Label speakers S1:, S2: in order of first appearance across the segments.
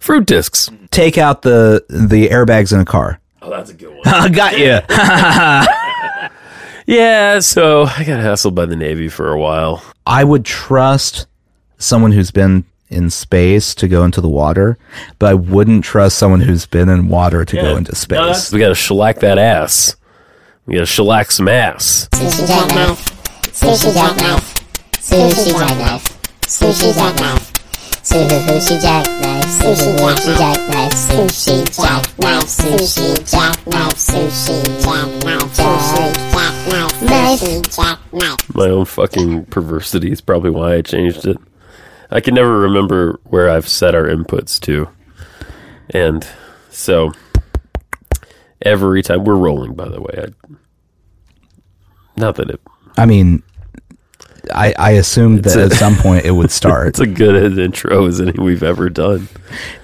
S1: Fruit discs.
S2: Take out the the airbags in a car.
S3: Oh, that's a good one.
S2: I got you.
S1: Yeah, so I got hassled by the Navy for a while.
S2: I would trust someone who's been in space to go into the water, but I wouldn't trust someone who's been in water to go into space.
S3: that's-
S1: We got to shellac that ass. We got to shellac some ass.
S4: Sushi jackknife. Sushi jackknife. Sushi jackknife. Sushi jackknife. Sushi jackknife. Sushi jackknife. Sushi jackknife. Sushi jackknife. Sushi jackknife. Sushi jackknife. Sushi jackknife.
S1: My own fucking perversity is probably why I changed it. I can never remember where I've set our inputs to. And so every time we're rolling, by the way. I, not that it,
S2: I mean, I, I assumed that
S1: a-
S2: at some point it would start.
S1: it's a good intro as any we've ever done.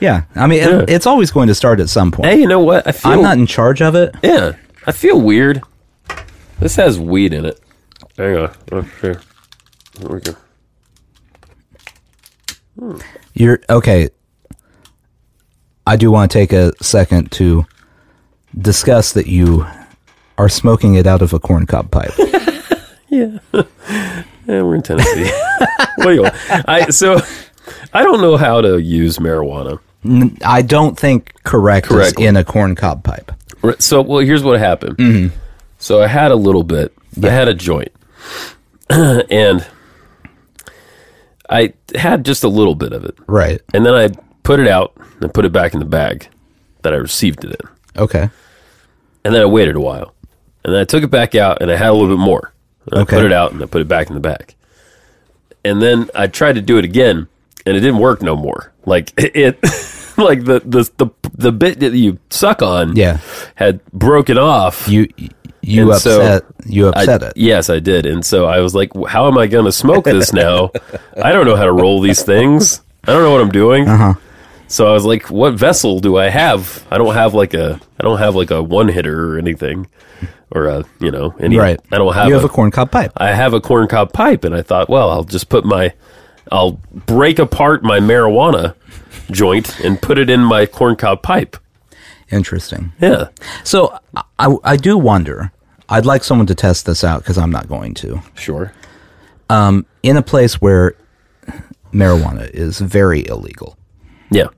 S2: yeah, I mean, it- it's always going to start at some point.
S1: Hey, you know what? I feel
S2: I'm not in charge of it.
S1: Yeah, I feel weird. This has weed in it. Hang on. Oh, here. There we go.
S2: You're okay. I do want to take a second to discuss that you are smoking it out of a corncob pipe.
S1: Yeah, we're in Tennessee. what do you want? I so I don't know how to use marijuana.
S2: I don't think correct is
S1: Correctly.
S2: in a corncob pipe.
S1: Right, So well, here's what happened. So I had a little bit. I had a joint, and I had just a little bit of it,
S2: Right.
S1: and then I put it out and put it back in the bag that I received it in.
S2: Okay.
S1: And then I waited a while. And then I took it back out and I had a little bit more. And
S2: Okay.
S1: I put it out and I put it back in the bag. And then I tried to do it again and it didn't work no more. Like it like the the the, the bit that you suck on
S2: Yeah.
S1: had broken off.
S2: You you
S1: And so
S2: upset you
S1: I-
S2: upset it.
S1: Yes, I did. And so I was like, "W- how am I going to smoke this now? I don't know how to roll these things. I don't know what I'm doing.
S2: Uh-huh.
S1: So I was like, what vessel do I have? I don't have like a, I don't have like a one hitter or anything or a, you know, any,
S2: Right.
S1: I don't have,
S2: You have
S1: a-
S2: a corncob pipe.
S1: I have a corncob pipe. And I thought, well, I'll just put my, I'll break apart my marijuana joint and put it in my corncob pipe.
S2: Interesting.
S1: Yeah.
S2: So I, I do wonder. I'd like someone to test this out because I'm not going to.
S1: Sure.
S2: In a place where marijuana is very illegal,
S1: Yeah.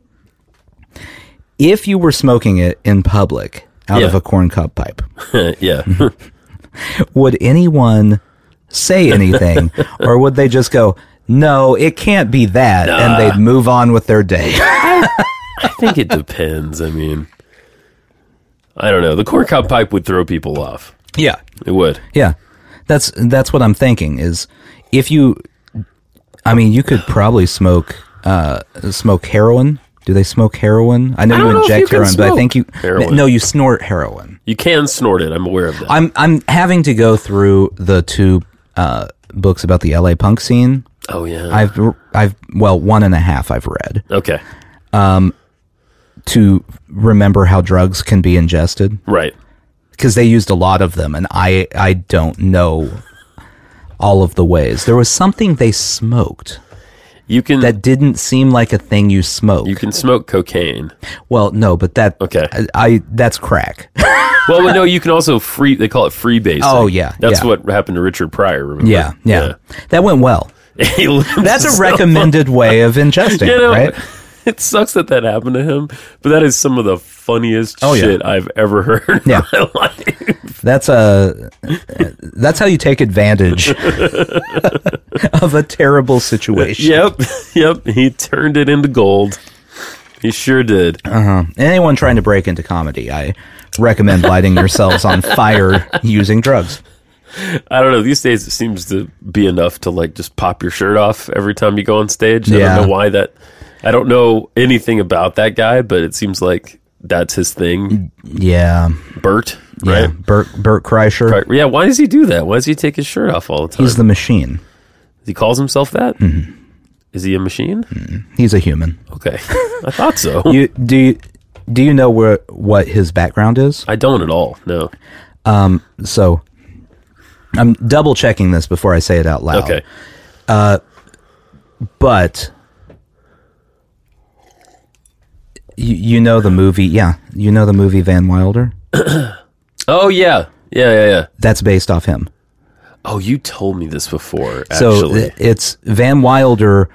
S2: if you were smoking it in public out of
S1: Yeah.
S2: a corncob pipe,
S1: yeah.
S2: Mm-hmm. would anyone say anything, or would they just go, "No, it can't be that," and they'd move on with their day?
S1: I think it depends. I mean, I don't know. The corncob pipe would throw people off.
S2: yeah,
S1: It would.
S2: Yeah, that's that's what I'm thinking. Is if you, I mean, you could probably smoke uh, smoke heroin. Do they smoke heroin? I know
S1: don't
S2: you
S1: know if
S2: inject
S1: you can
S2: heroin, but I
S1: smoke
S2: think you
S1: heroin.
S2: no, you snort heroin.
S1: You can snort it. I'm aware of that.
S2: I'm I'm having to go through the two uh, books about the LA punk scene.
S1: oh yeah.
S2: I've I've well one and a half I've read
S1: okay.
S2: to remember how drugs can be ingested
S1: Right.
S2: because they used a lot of them, and I I don't know all of the ways. There was something they smoked.
S1: You can.
S2: that didn't seem like a thing you smoke.
S1: you can smoke cocaine.
S2: well, no, but that
S1: Okay.
S2: I, I- that's crack.
S1: Well, no, you can also free. They call it free basing.
S2: Oh, yeah,
S1: That's
S2: yeah.
S1: what happened to Richard Pryor. Remember?
S2: yeah, yeah, that went well.
S1: Yeah. He limbs
S2: That's a
S1: himself.
S2: recommended way of ingesting,
S1: You know,
S2: right?
S1: It sucks that that happened to him, but that is some of the funniest
S2: Oh, yeah.
S1: shit I've ever heard.
S2: Yeah.
S1: In my life.
S2: That's a that's how you take advantage of a terrible situation.
S1: Yep. Yep. He turned it into gold. He sure did.
S2: Anyone trying to break into comedy, I recommend lighting yourselves on fire using drugs.
S1: I don't know. These days, it seems to be enough to like just pop your shirt off every time you go on stage. I
S2: Yeah.
S1: don't know why that. I don't know anything about that guy, but it seems like that's his thing.
S2: Yeah,
S1: Bert,
S2: yeah.
S1: right?
S2: Bert Bert Kreischer,
S1: Right. Yeah. Why does he do that? Why does he take his shirt off all the time?
S2: he's Mm-hmm. the machine.
S1: he calls himself that. Is he a machine?
S2: Mm-hmm. He's a human.
S1: Okay, I thought so.
S2: You do you, do you know where what his background is?
S1: I don't at all. No.
S2: So I'm double checking this before I say it out loud.
S1: Okay.
S2: But You, you know the movie, yeah. You know the movie Van Wilder?
S1: Oh yeah, yeah, yeah, yeah.
S2: That's based off him.
S1: Oh, you told me this before.
S2: So uh,
S1: Actually,
S2: i- it's Van Wilder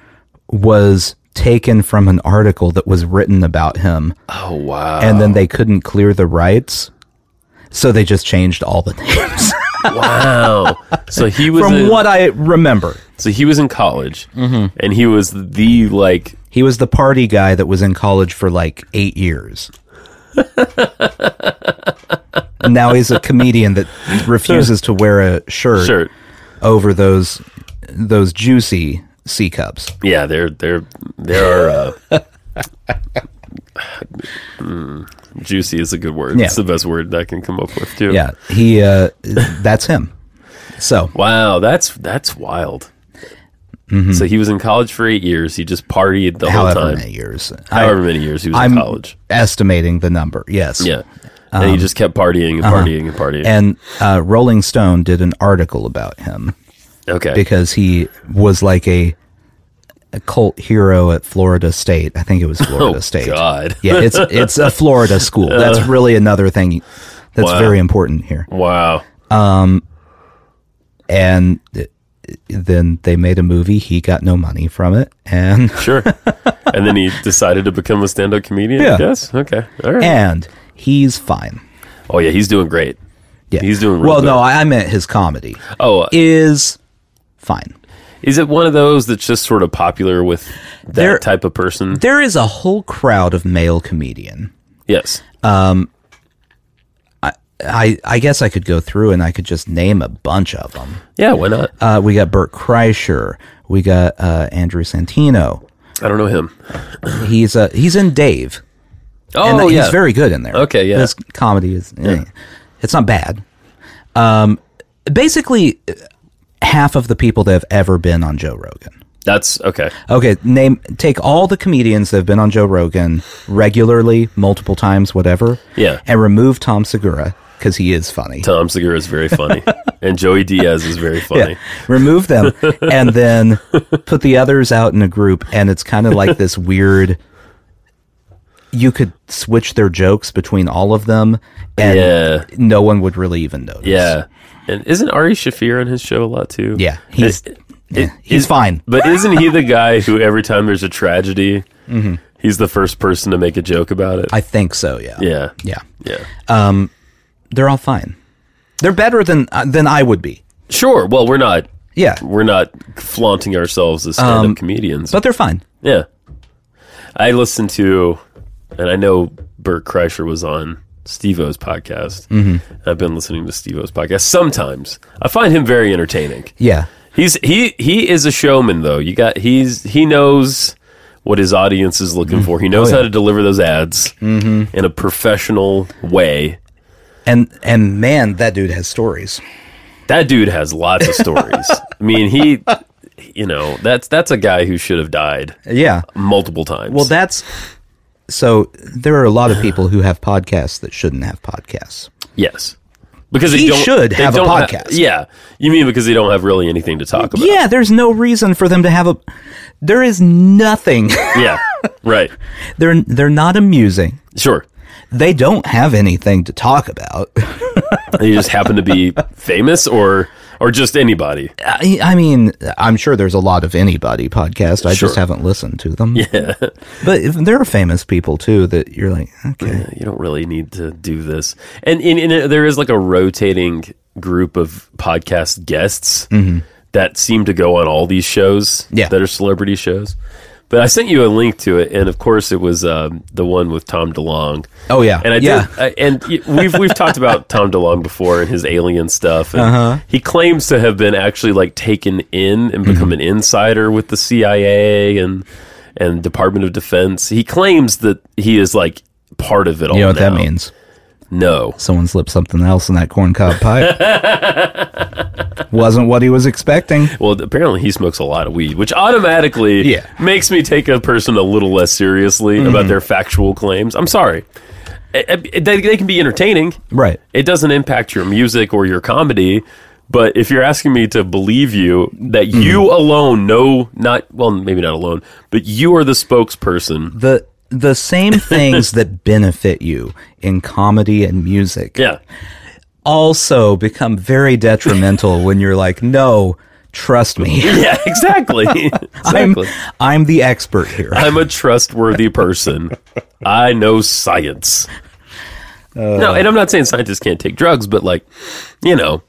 S2: was taken from an article that was written about him,
S1: oh wow.
S2: and then they couldn't clear the rights, so they just changed all the names.
S1: wow. So he was
S2: from
S1: in,
S2: what Mm-hmm. I remember,
S1: So he was in college, and he was the like.
S2: he was the party guy that was in college for like eight years. now he's a comedian that refuses to wear a shirt,
S1: Sure.
S2: over those those juicy C cups.
S1: Yeah, they're they're they are. Uh, mm, juicy is a good word.
S2: Yeah.
S1: It's the best word that I can come up with too.
S2: Yeah, he uh, that's him. So
S1: Wow, that's that's wild. So he was in college for eight years. He just partied the
S2: Mm-hmm. however
S1: whole time.
S2: many years.
S1: However many years he was
S2: I, am
S1: in college.
S2: estimating the number. Yes.
S1: Yeah. And he just kept partying and partying and partying.
S2: Um, uh-huh. And uh, Rolling Stone did an article about him
S1: okay.
S2: because he was like a, a cult hero at Florida State. I think it was Florida State.
S1: Oh, God. Uh,
S2: Yeah, it's it's a Florida school. That's really another thing that's
S1: Wow.
S2: very important here.
S1: Wow.
S2: And it- then they made a movie. He got no money from it, and
S1: Sure. and then he decided to become a stand up comedian,
S2: Yeah.
S1: I guess. Okay. All right.
S2: and he's fine.
S1: oh, yeah. He's doing great.
S2: Yeah,
S1: He's doing real
S2: well.
S1: good.
S2: No, I I meant his comedy
S1: Oh,
S2: is fine.
S1: is it one of those that's just sort of popular with that
S2: There-
S1: type of person?
S2: There is a whole crowd of male comedian.
S1: Yes.
S2: I, I guess I could go through and I could just name a bunch of them.
S1: Yeah. Why not?
S2: Uh, we got Bert Kreischer. We got uh, Andrew Santino.
S1: I don't know him.
S2: He's uh, he's in Dave.
S1: Oh,
S2: And
S1: yeah.
S2: he's very good in there.
S1: Okay, yeah.
S2: This comedy is eh, it's not bad. Um, basically, uh, half of the people that have ever been on Joe Rogan.
S1: that's okay.
S2: Okay, name take all the comedians that have been on Joe Rogan regularly, multiple times, whatever.
S1: Yeah.
S2: and remove Tom Segura because he is funny.
S1: Tom Segura is very funny, and Joey Diaz is very funny.
S2: Yeah. Remove them and then put the others out in a group and it's kind of like this weird you could switch their jokes between all of them and
S1: Yeah.
S2: no one would really even notice.
S1: Yeah. And isn't Ari Shafir on his show a lot too?
S2: Yeah. He's
S1: It-
S2: yeah, he's
S1: it-
S2: fine.
S1: But isn't he the guy who every time there's a tragedy, he's the first person to make a joke about it?
S2: Mm-hmm. I think so, yeah.
S1: yeah.
S2: Yeah.
S1: Yeah.
S2: They're all fine. They're better than uh, than I would be.
S1: Sure. Well, we're not
S2: Yeah.
S1: we're not flaunting ourselves as stand-up comedians.
S2: Um, But they're fine.
S1: yeah. I listened to and I know Bert Kreischer was on Steve-O's podcast. Mm-hmm. I've been listening to Steve-O's podcast sometimes. I find him very entertaining.
S2: Yeah.
S1: He's he he is a showman though. You got he's he knows what his audience is looking for. He knows how to deliver those ads in a professional way.
S2: And and man, that dude has stories.
S1: That dude has lots of stories. I mean, he you know, that's that's a guy who should have died
S2: Yeah.
S1: multiple times.
S2: Well, that's so there are a lot of people who have podcasts that shouldn't have podcasts.
S1: yes. Because they
S2: He
S1: don't,
S2: should
S1: they
S2: have a
S1: don't ha-
S2: podcast.
S1: yeah. You mean because they don't have really anything to talk about.
S2: Yeah, there's no reason for them to have a there is nothing.
S1: Yeah. Right.
S2: they're they're not amusing.
S1: Sure.
S2: They don't have anything to talk about.
S1: They just happen to be famous or or just anybody.
S2: I, I mean, I'm sure there's a lot of anybody podcast. I
S1: Sure.
S2: just haven't listened to them. Yeah. But if- there are famous people too that you're like, okay.
S1: you don't really need to do this. And in, in there is like a rotating group of podcast guests that seem to go on all these shows
S2: Mm-hmm. Yeah.
S1: that are celebrity shows. But I sent you a link to it, and of course, it was um, the one with Tom DeLong.
S2: Oh, yeah.
S1: and I
S2: Yeah.
S1: did. I, and y- we've we've talked about Tom DeLong before and his alien stuff. And
S2: Uh-huh.
S1: He claims to have been actually like taken in and
S2: Mm-hmm.
S1: become an insider with the CIA and and Department of Defense. He claims that he is like part of it all.
S2: You know what that
S1: now.
S2: means?
S1: No.
S2: Someone slipped something else in that corncob pipe. Wasn't what he was expecting.
S1: Well, apparently he smokes a lot of weed, which automatically
S2: Yeah. Mm-hmm.
S1: makes me take a person a little less seriously about their factual claims. I'm sorry. I- I- they, they can be entertaining.
S2: Right.
S1: It doesn't impact your music or your comedy. But if you're asking me to believe you that you alone know not well maybe not alone, but you are the spokesperson
S2: the the same things that benefit you in comedy and music
S1: Yeah.
S2: also become very detrimental when you're like, no, trust me.
S1: Yeah, exactly.
S2: I'm,
S1: exactly.
S2: I'm the expert here.
S1: I'm a trustworthy person. I know science. no, and I'm not saying scientists can't take drugs, but like, you know,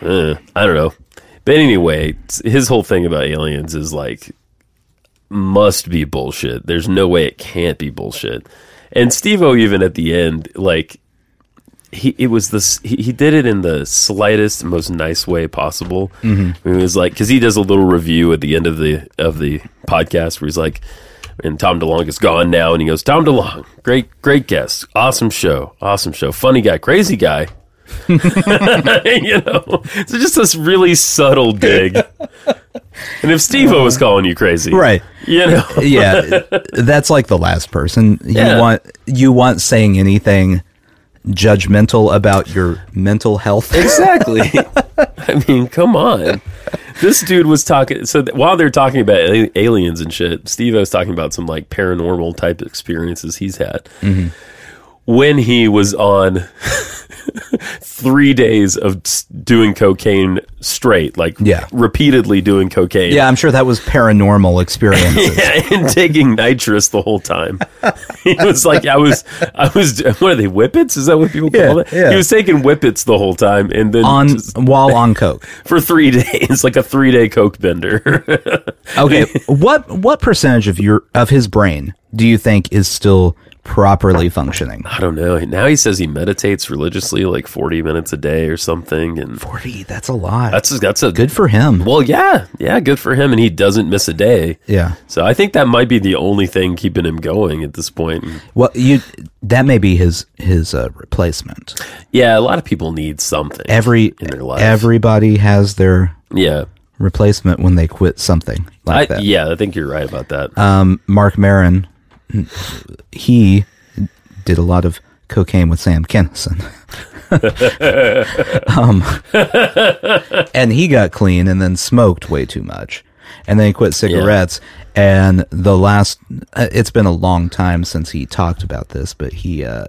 S1: uh, I don't know. But anyway, s- his whole thing about aliens is like, must be bullshit. There's no way it can't be bullshit. And Steve O, even at the end, like, he it was this he, he did it in the slightest most nice way possible it was like because he does a little review at the end of the of the podcast where he's like and tom delong is gone now and he goes tom delong great great guest awesome show awesome show funny guy crazy guy you know so just this really subtle dig and if steve o was calling you crazy
S2: Right.
S1: you know
S2: yeah, that's like the last person you
S1: Yeah.
S2: want. You want saying anything judgmental about your mental health.
S1: Exactly. I mean, come on. This dude was talking. So th- while they're talking about a- aliens and shit, Steve was talking about some like paranormal type experiences he's had
S2: Mm-hmm.
S1: when he was on three days of s- doing cocaine straight, like
S2: Yeah.
S1: repeatedly doing cocaine.
S2: yeah, I'm sure that was paranormal experiences.
S1: and taking nitrous the whole time. he was like, I was, I was. What are they? Whippets? Is that what people
S2: Yeah,
S1: call it?
S2: yeah.
S1: He was taking whippets the whole time, and then
S2: On
S1: just-
S2: while on coke.
S1: for three days, like a three day coke bender.
S2: Okay, what what percentage of your of his brain do you think is still properly functioning?
S1: I don't know. Now he says he meditates religiously, like forty minutes a day or something, and
S2: Forty. That's a lot.
S1: that's that's a
S2: good for him.
S1: Well, yeah, yeah, good for him, and he doesn't miss a day.
S2: Yeah.
S1: So I think that might be the only thing keeping him going at this point. And
S2: Well, you that may be his his uh, replacement.
S1: yeah, a lot of people need something.
S2: Every
S1: in their life.
S2: everybody has their
S1: yeah,
S2: replacement when they quit something
S1: I,
S2: like that. Uh,
S1: yeah, I think you're right about that.
S2: Mark Marin, he did a lot of cocaine with Sam Kennison. um, and he got clean and then smoked way too much. And then he quit cigarettes. And the last, uh, it's been a long time since he talked about this, but he uh,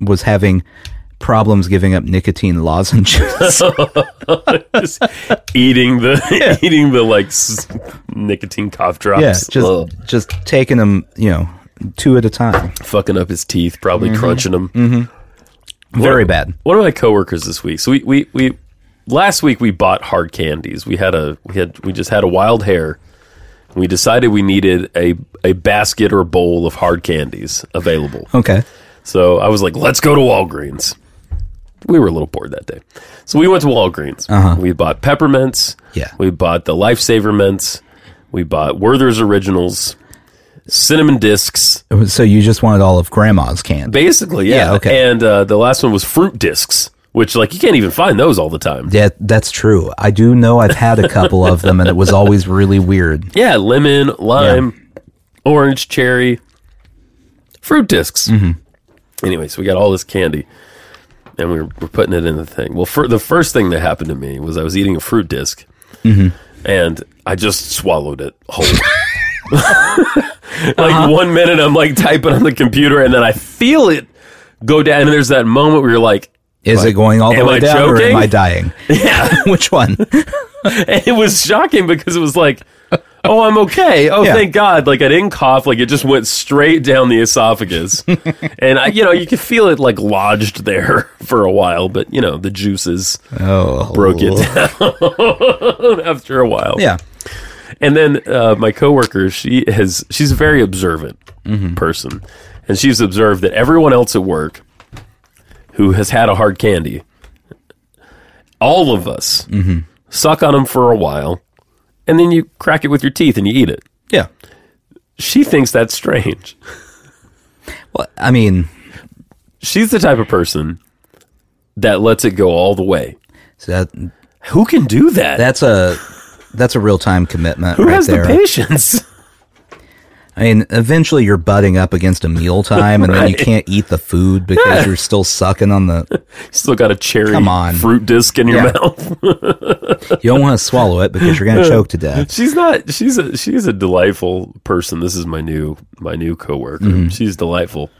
S2: was having problems giving up nicotine lozenges.
S1: just eating the eating the like s- nicotine cough drops.
S2: yeah, just
S1: Ugh.
S2: just taking them, you know, two at a time.
S1: fucking up his teeth, probably crunching them.
S2: Mm-hmm. Very bad.
S1: One of my coworkers this week. So we, we we last week we bought hard candies. We had a we had we just had a wild hair. We decided we needed a a basket or bowl of hard candies available.
S2: Okay.
S1: So I was like, let's go to Walgreens. We were a little bored that day. So we went to Walgreens. We bought peppermints.
S2: Uh-huh. Yeah.
S1: We bought the lifesaver mints. We bought Werther's originals, cinnamon discs.
S2: So you just wanted all of grandma's candy.
S1: Basically, yeah.
S2: Yeah, okay.
S1: And uh, the last one was fruit discs, which like you can't even find those all the time.
S2: Yeah, that's true. I do know I've had a couple of them and it was always really weird.
S1: Yeah, lemon, lime, orange, cherry, fruit discs.
S2: Mm-hmm.
S1: Anyway, so we got all this candy, and we were, we're putting it in the thing. Well, fir- the first thing that happened to me was I was eating a fruit disk
S2: Mm-hmm.
S1: and I just swallowed it whole. like
S2: Uh-huh.
S1: one minute, I'm like typing on the computer, and then I feel it go down. And there's that moment where you're like,
S2: Is it going all the
S1: Am
S2: way
S1: I
S2: down or
S1: joking?
S2: am I dying?
S1: yeah.
S2: Which one?
S1: And it was shocking because it was like, oh, I'm okay. Oh,
S2: Yeah.
S1: thank God. Like I didn't cough. Like it just went straight down the esophagus. and I, you know, you could feel it like lodged there for a while, but you know, the juices
S2: Oh,
S1: broke it down after a while.
S2: Yeah.
S1: And then uh, my coworker, she has, she's a very observant
S2: Mm-hmm.
S1: person. And she's observed that everyone else at work who has had a hard candy, all of us
S2: Mm-hmm.
S1: suck on them for a while, and then you crack it with your teeth and you eat it.
S2: Yeah.
S1: She thinks that's strange.
S2: Well, I mean,
S1: She's the type of person that lets it go all the way.
S2: so that
S1: Who can do that?
S2: that's a that's a real time commitment
S1: who
S2: right
S1: has
S2: there.
S1: the patience?
S2: I mean, eventually you're butting up against a meal time, and then you can't eat the food because you're still sucking on the.
S1: Still got a cherry
S2: Come on.
S1: fruit disc in your
S2: Yeah.
S1: mouth.
S2: You don't want to swallow it because you're going to choke to death.
S1: she's not. She's a she's a delightful person. This is my new my new coworker.
S2: Mm-hmm.
S1: She's delightful,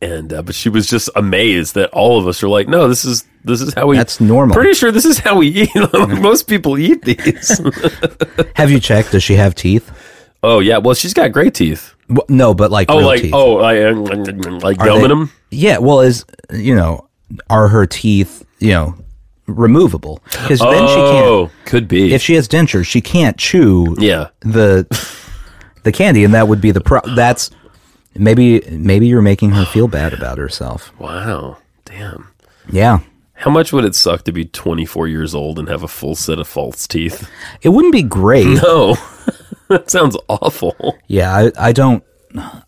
S1: and uh, but she was just amazed that all of us are like, no, this is this is how we.
S2: That's normal.
S1: Pretty sure this is how we eat. Most people eat these.
S2: Have you checked? Does she have teeth?
S1: oh yeah, well she's got great teeth.
S2: W- No, but like
S1: Oh
S2: real
S1: like
S2: teeth.
S1: oh I like
S2: Are
S1: gumming
S2: they-
S1: them.
S2: Yeah, well, is you know, are her teeth you know removable? Because then she can't.
S1: Oh, could be.
S2: If she has dentures, she can't chew
S1: yeah.
S2: the the candy, and that would be the pro. That's maybe maybe you're making her feel bad about herself.
S1: Wow. Damn.
S2: Yeah,
S1: How much would it suck to be 24 years old and have a full set of false teeth?
S2: it wouldn't be great.
S1: No. that sounds awful.
S2: Yeah, I, I don't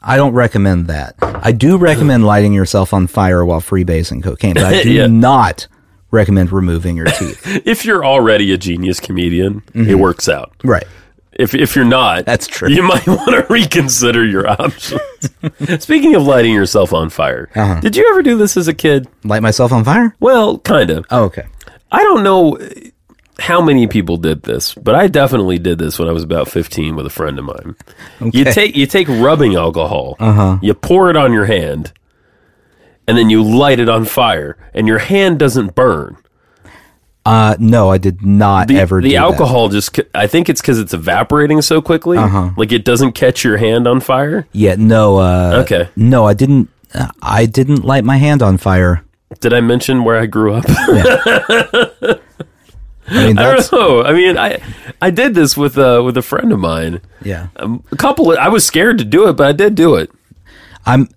S2: I don't recommend that. I do recommend lighting yourself on fire while freebasing cocaine, but I do
S1: Yeah.
S2: not recommend removing your teeth.
S1: If you're already a genius comedian, it works out.
S2: right.
S1: If, if you're not,
S2: Mm-hmm. That's true.
S1: You might want to reconsider your options. Speaking of lighting yourself on fire,
S2: Uh-huh.
S1: did you ever do this as a kid?
S2: Light myself on fire?
S1: Well, kind of.
S2: Oh, okay.
S1: I don't know how many people did this, but I definitely did this when I was about 15 with a friend of mine. You take you take rubbing alcohol,
S2: Uh-huh.
S1: you pour it on your hand, and then you light it on fire, and your hand doesn't burn.
S2: Uh no, I did not
S1: The,
S2: ever
S1: the
S2: do that.
S1: alcohol just ca- I think it's because it's evaporating so quickly,
S2: Uh-huh.
S1: like it doesn't catch your hand on fire.
S2: Yeah, no uh
S1: Okay.
S2: No, I didn't uh, I didn't light my hand on fire.
S1: Did I mention where I grew up?
S2: I mean
S1: I
S2: that's
S1: don't know. I mean, I I did this with uh, with a friend of mine.
S2: yeah.
S1: Um, a couple. Of, I was scared to do it, but I did do it.
S2: I'm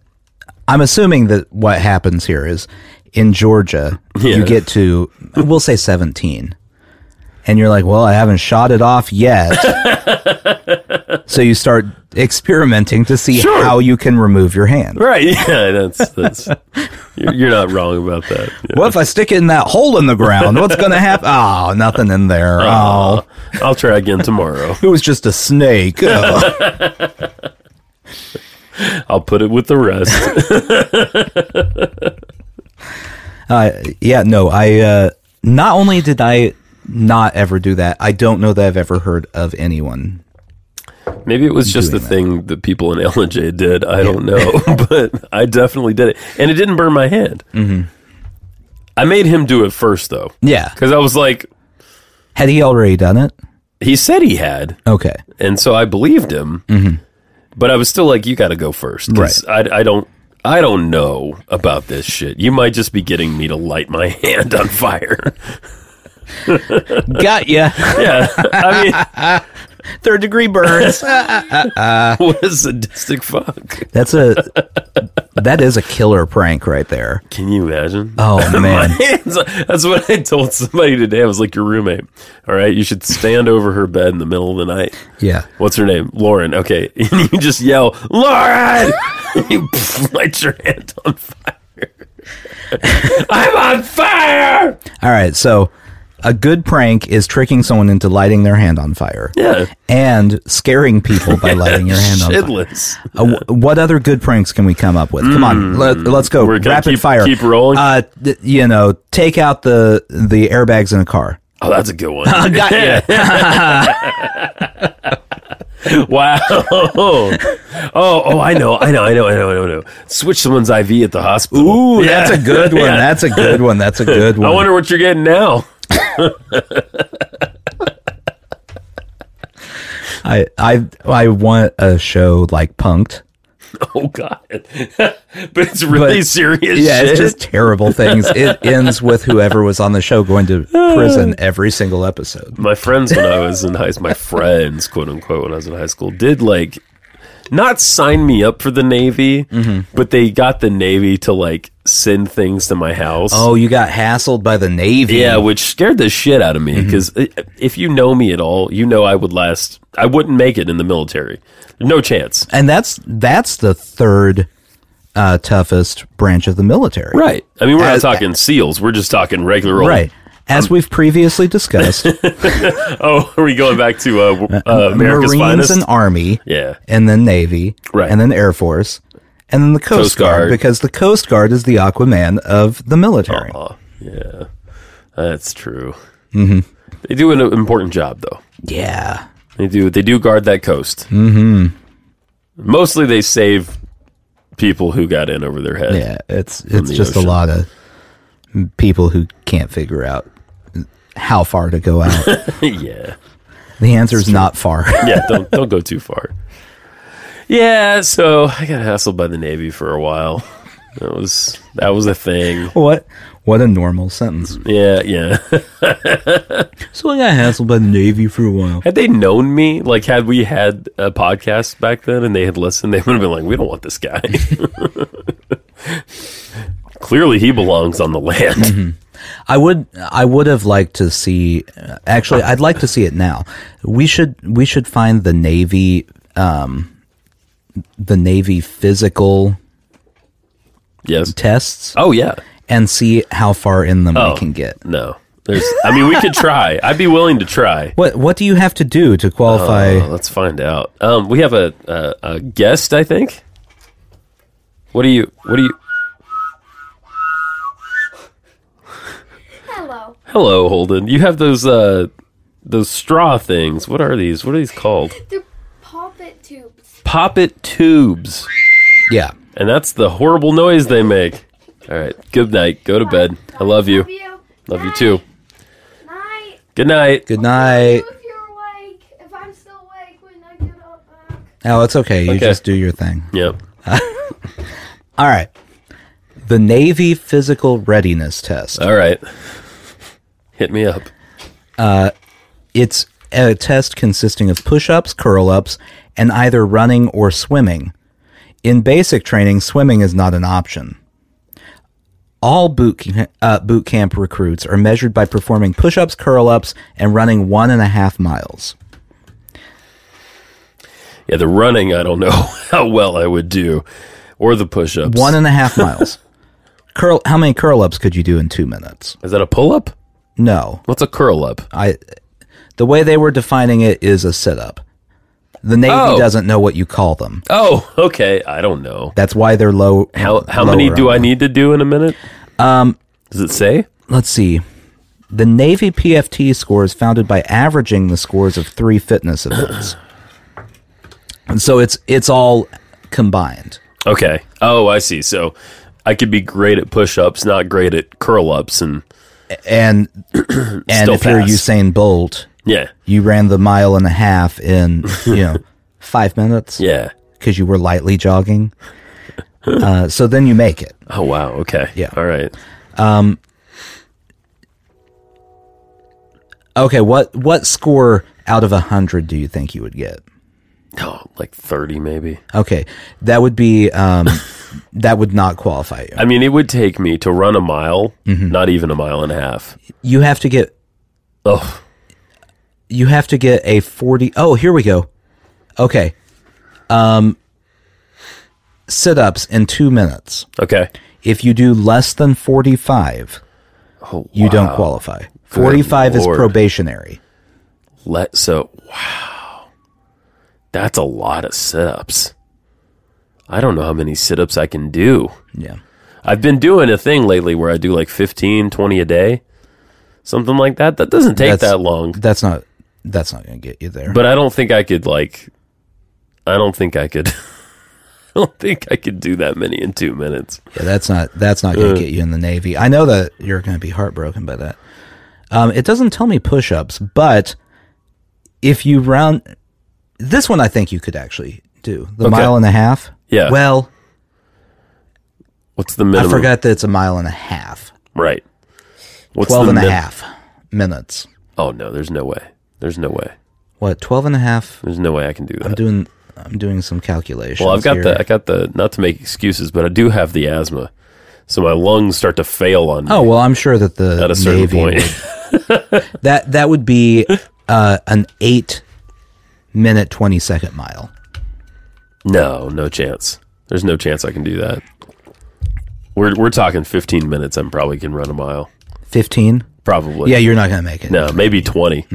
S2: I'm assuming that what happens here is in Georgia
S1: Yeah.
S2: you get to we'll say 17 and you're like, "Well, I haven't shot it off yet." so you start experimenting to see
S1: Sure.
S2: how you can remove your hand.
S1: Right. Yeah. That's that's. you're, you're not wrong about that. Yeah.
S2: What if I stick it in that hole in the ground? What's going to happen? Oh, nothing in there. Oh,
S1: I'll try again tomorrow.
S2: it was just a snake. Ugh.
S1: I'll put it with the rest.
S2: Uh, yeah, no, I uh, not only did I not ever do that, I don't know that I've ever heard of anyone
S1: Maybe it was just the thing that people in LNJ did. I don't know, but I definitely did it, and it didn't burn my hand. Mm-hmm. I made him do it first though.
S2: Yeah.
S1: Because I was like,
S2: Had he already done it?
S1: he said he had,
S2: Okay.
S1: and so I believed him. But I was still like, you got to go first. 'cause I, I don't. I don't know about this shit. You might just be getting me to light my hand on fire.
S2: Got ya.
S1: yeah. I mean,
S2: Third degree burns.
S1: what a sadistic fuck.
S2: That's a that is a killer prank right there.
S1: Can you imagine?
S2: Oh
S1: My
S2: man.
S1: hands- That's what I told somebody today. I was like, your roommate. All right, you should stand over her bed in the middle of the night.
S2: Yeah.
S1: What's her name? Lauren. Okay. And you just yell, Lauren! you light your hand on fire. I'm on fire!
S2: All right, so a good prank is tricking someone into lighting their hand on fire.
S1: Yeah.
S2: And scaring people by lighting your hand on fire.
S1: Shitless.
S2: Uh, wh- what other good pranks can we come up with? Come on, let, us go.
S1: We're gonna
S2: Rapid
S1: keep-
S2: fire.
S1: keep rolling?
S2: Uh, th- you know, take out the the airbags in a car.
S1: Oh, that's a good one.
S2: Uh, got
S1: you. wow. Oh, oh, I know, I know, I know, I know, I know, I know. Switch someone's IV at the hospital.
S2: Ooh,
S1: Yeah.
S2: that's a good one.
S1: Yeah.
S2: That's a good one. That's a good one.
S1: I wonder what you're getting now.
S2: I I I want a show like Punked.
S1: Oh God, but it's really
S2: But-
S1: serious.
S2: Yeah,
S1: shit.
S2: it's just terrible things. It ends with whoever was on the show going to prison every single episode.
S1: my friends when I was in high school, my friends, quote unquote, when I was in high school, did like not sign me up for the Navy,
S2: Mm-hmm.
S1: but they got the Navy to like send things to my house.
S2: Oh, you got hassled by the Navy.
S1: Yeah, which scared the shit out of
S2: Mm-hmm.
S1: me because if you know me at all, you know I would last. I wouldn't make it in the military. No chance.
S2: and that's that's the third uh, toughest branch of the military.
S1: Right. I mean, we're
S2: As-
S1: not talking SEALs. We're just talking regular old
S2: Right. As we've previously discussed,
S1: oh, are we going back to uh, w- uh, America's
S2: Marines
S1: finest?
S2: and Army,
S1: yeah,
S2: and then Navy,
S1: Right.
S2: and then Air Force, and then the Coast,
S1: Coast
S2: Guard,
S1: Guard.
S2: because the Coast Guard is the Aquaman of the military.
S1: Aw, yeah, that's true. Mm-hmm. They do an important job, though.
S2: Yeah.
S1: They do. They do guard that coast. Mm-hmm. Mostly, they save people who got in over their head.
S2: Yeah, it's it's
S1: the
S2: just a
S1: ocean.
S2: lot of people who can't figure out how far to go out.
S1: yeah.
S2: the answer is not far.
S1: yeah, don't don't go too far. Yeah, so I got hassled by the Navy for a while. That was that was a thing.
S2: what what a normal sentence.
S1: Yeah, yeah.
S2: So I got hassled by the Navy for a while.
S1: Had they known me, like had we had a podcast back then and they had listened, they would have been like, "We don't want this guy." Clearly, he belongs on the land.
S2: I would I would have liked to see actually I'd like to see it now. We should we should find the Navy um the Navy physical
S1: yes.
S2: tests
S1: Oh yeah.
S2: and see how far in them
S1: Oh.
S2: we can get.
S1: No. There's. I mean, we could try. I'd be willing to try.
S2: What what do you have to do to qualify?
S1: Uh, let's find out. Um, we have a, a a guest, I think. What do you? What do you?
S3: Hello.
S1: Hello, Holden. You have those uh those straw things. What are these? What are these called?
S3: They're poppet tubes.
S1: Poppet tubes.
S2: yeah.
S1: And that's the horrible noise they make. All right. Good night. Go to bed. I love you.
S3: Love you.
S1: Love you too.
S3: Night.
S1: Good night.
S2: Good night.
S3: If you're awake, if I'm still awake when I get up back.
S2: Oh, it's okay. You
S1: Okay.
S2: just do your thing.
S1: Yeah.
S2: All right. The Navy physical readiness test.
S1: All right. Hit me up.
S2: It's a test consisting of push ups, curl ups, and either running or swimming. In basic training, swimming is not an option. All boot, ca- uh, boot camp recruits are measured by performing push ups, curl ups, and running one and a half miles.
S1: Yeah, the running, I don't know how well I would do or the push-ups.
S2: One and a half miles. Curl. How many curl ups could you do in two minutes?
S1: Is that a pull-up?
S2: No,
S1: What's a curl-up?
S2: I. The way they were defining it is a sit up. The Navy
S1: Oh.
S2: doesn't know what you call them.
S1: Oh, okay. I don't know.
S2: That's why they're low.
S1: How how many
S2: lower
S1: do
S2: on
S1: I
S2: the-
S1: need to do in a minute? Um, does it say?
S2: let's see. The Navy PFT score is founded by averaging the scores of three fitness events. and so it's it's all combined.
S1: Okay. Oh, I see. So I could be great at push-ups, not great at curl-ups, and
S2: And and
S1: Still
S2: if you're
S1: pass.
S2: Usain Bolt,
S1: yeah,
S2: you ran the mile and a half in, you know, 5 minutes
S1: yeah.
S2: cuz you were lightly jogging. Uh, so then you make it.
S1: Oh wow. Okay.
S2: Yeah.
S1: All right.
S2: Okay, what what score out of 100 do you think you would get?
S1: Oh, like thirty maybe.
S2: Okay, that would be um, that would not qualify you.
S1: I mean, it would take me to run a mile, not even a mile and a half.
S2: You have to get
S1: Oh,
S2: you have to get a 40 oh here we go okay um sit-ups in two minutes
S1: okay.
S2: if you do less than 45
S1: Oh,
S2: you don't
S1: wow.
S2: qualify 45 is
S1: Lord.
S2: probationary
S1: Let so wow. That's a lot of sit-ups. I don't know how many sit-ups I can do.
S2: yeah
S1: I've been doing a thing lately where I do like 15, 20 a day, something like that. That doesn't take
S2: That's-
S1: that long,
S2: that's not that's not gonna get you there
S1: but I don't think I could like, I don't think I could, I don't think I could do that many in two minutes.
S2: yeah, that's not that's not
S1: Uh.
S2: gonna get you in the navy i know that you're gonna be heartbroken by that um it doesn't tell me push-ups but if you round this one i think you could actually do the
S1: Okay.
S2: mile and a half
S1: Yeah.
S2: well
S1: What's the
S2: I
S1: minimum?
S2: forgot that it's a mile and a half.
S1: Right. What's
S2: Twelve and a
S1: min-
S2: half minutes.
S1: Oh no, there's no way. There's no way.
S2: What, twelve and a half?
S1: There's no way I can do
S2: I'm
S1: that.
S2: doing I'm doing some calculations.
S1: Well, I've got
S2: here.
S1: the, I got the, not to make excuses, but I do have the asthma, so my lungs start to fail on me
S2: Oh well I'm sure that the
S1: at a certain
S2: Navy
S1: point.
S2: would- that that would be uh, an eight minute twenty second mile.
S1: No, no chance. There's no chance I can do that. We're we're talking 15 minutes. I am probably can run a mile.
S2: Fifteen?
S1: probably.
S2: Yeah, you're not going to make it.
S1: No, maybe 20.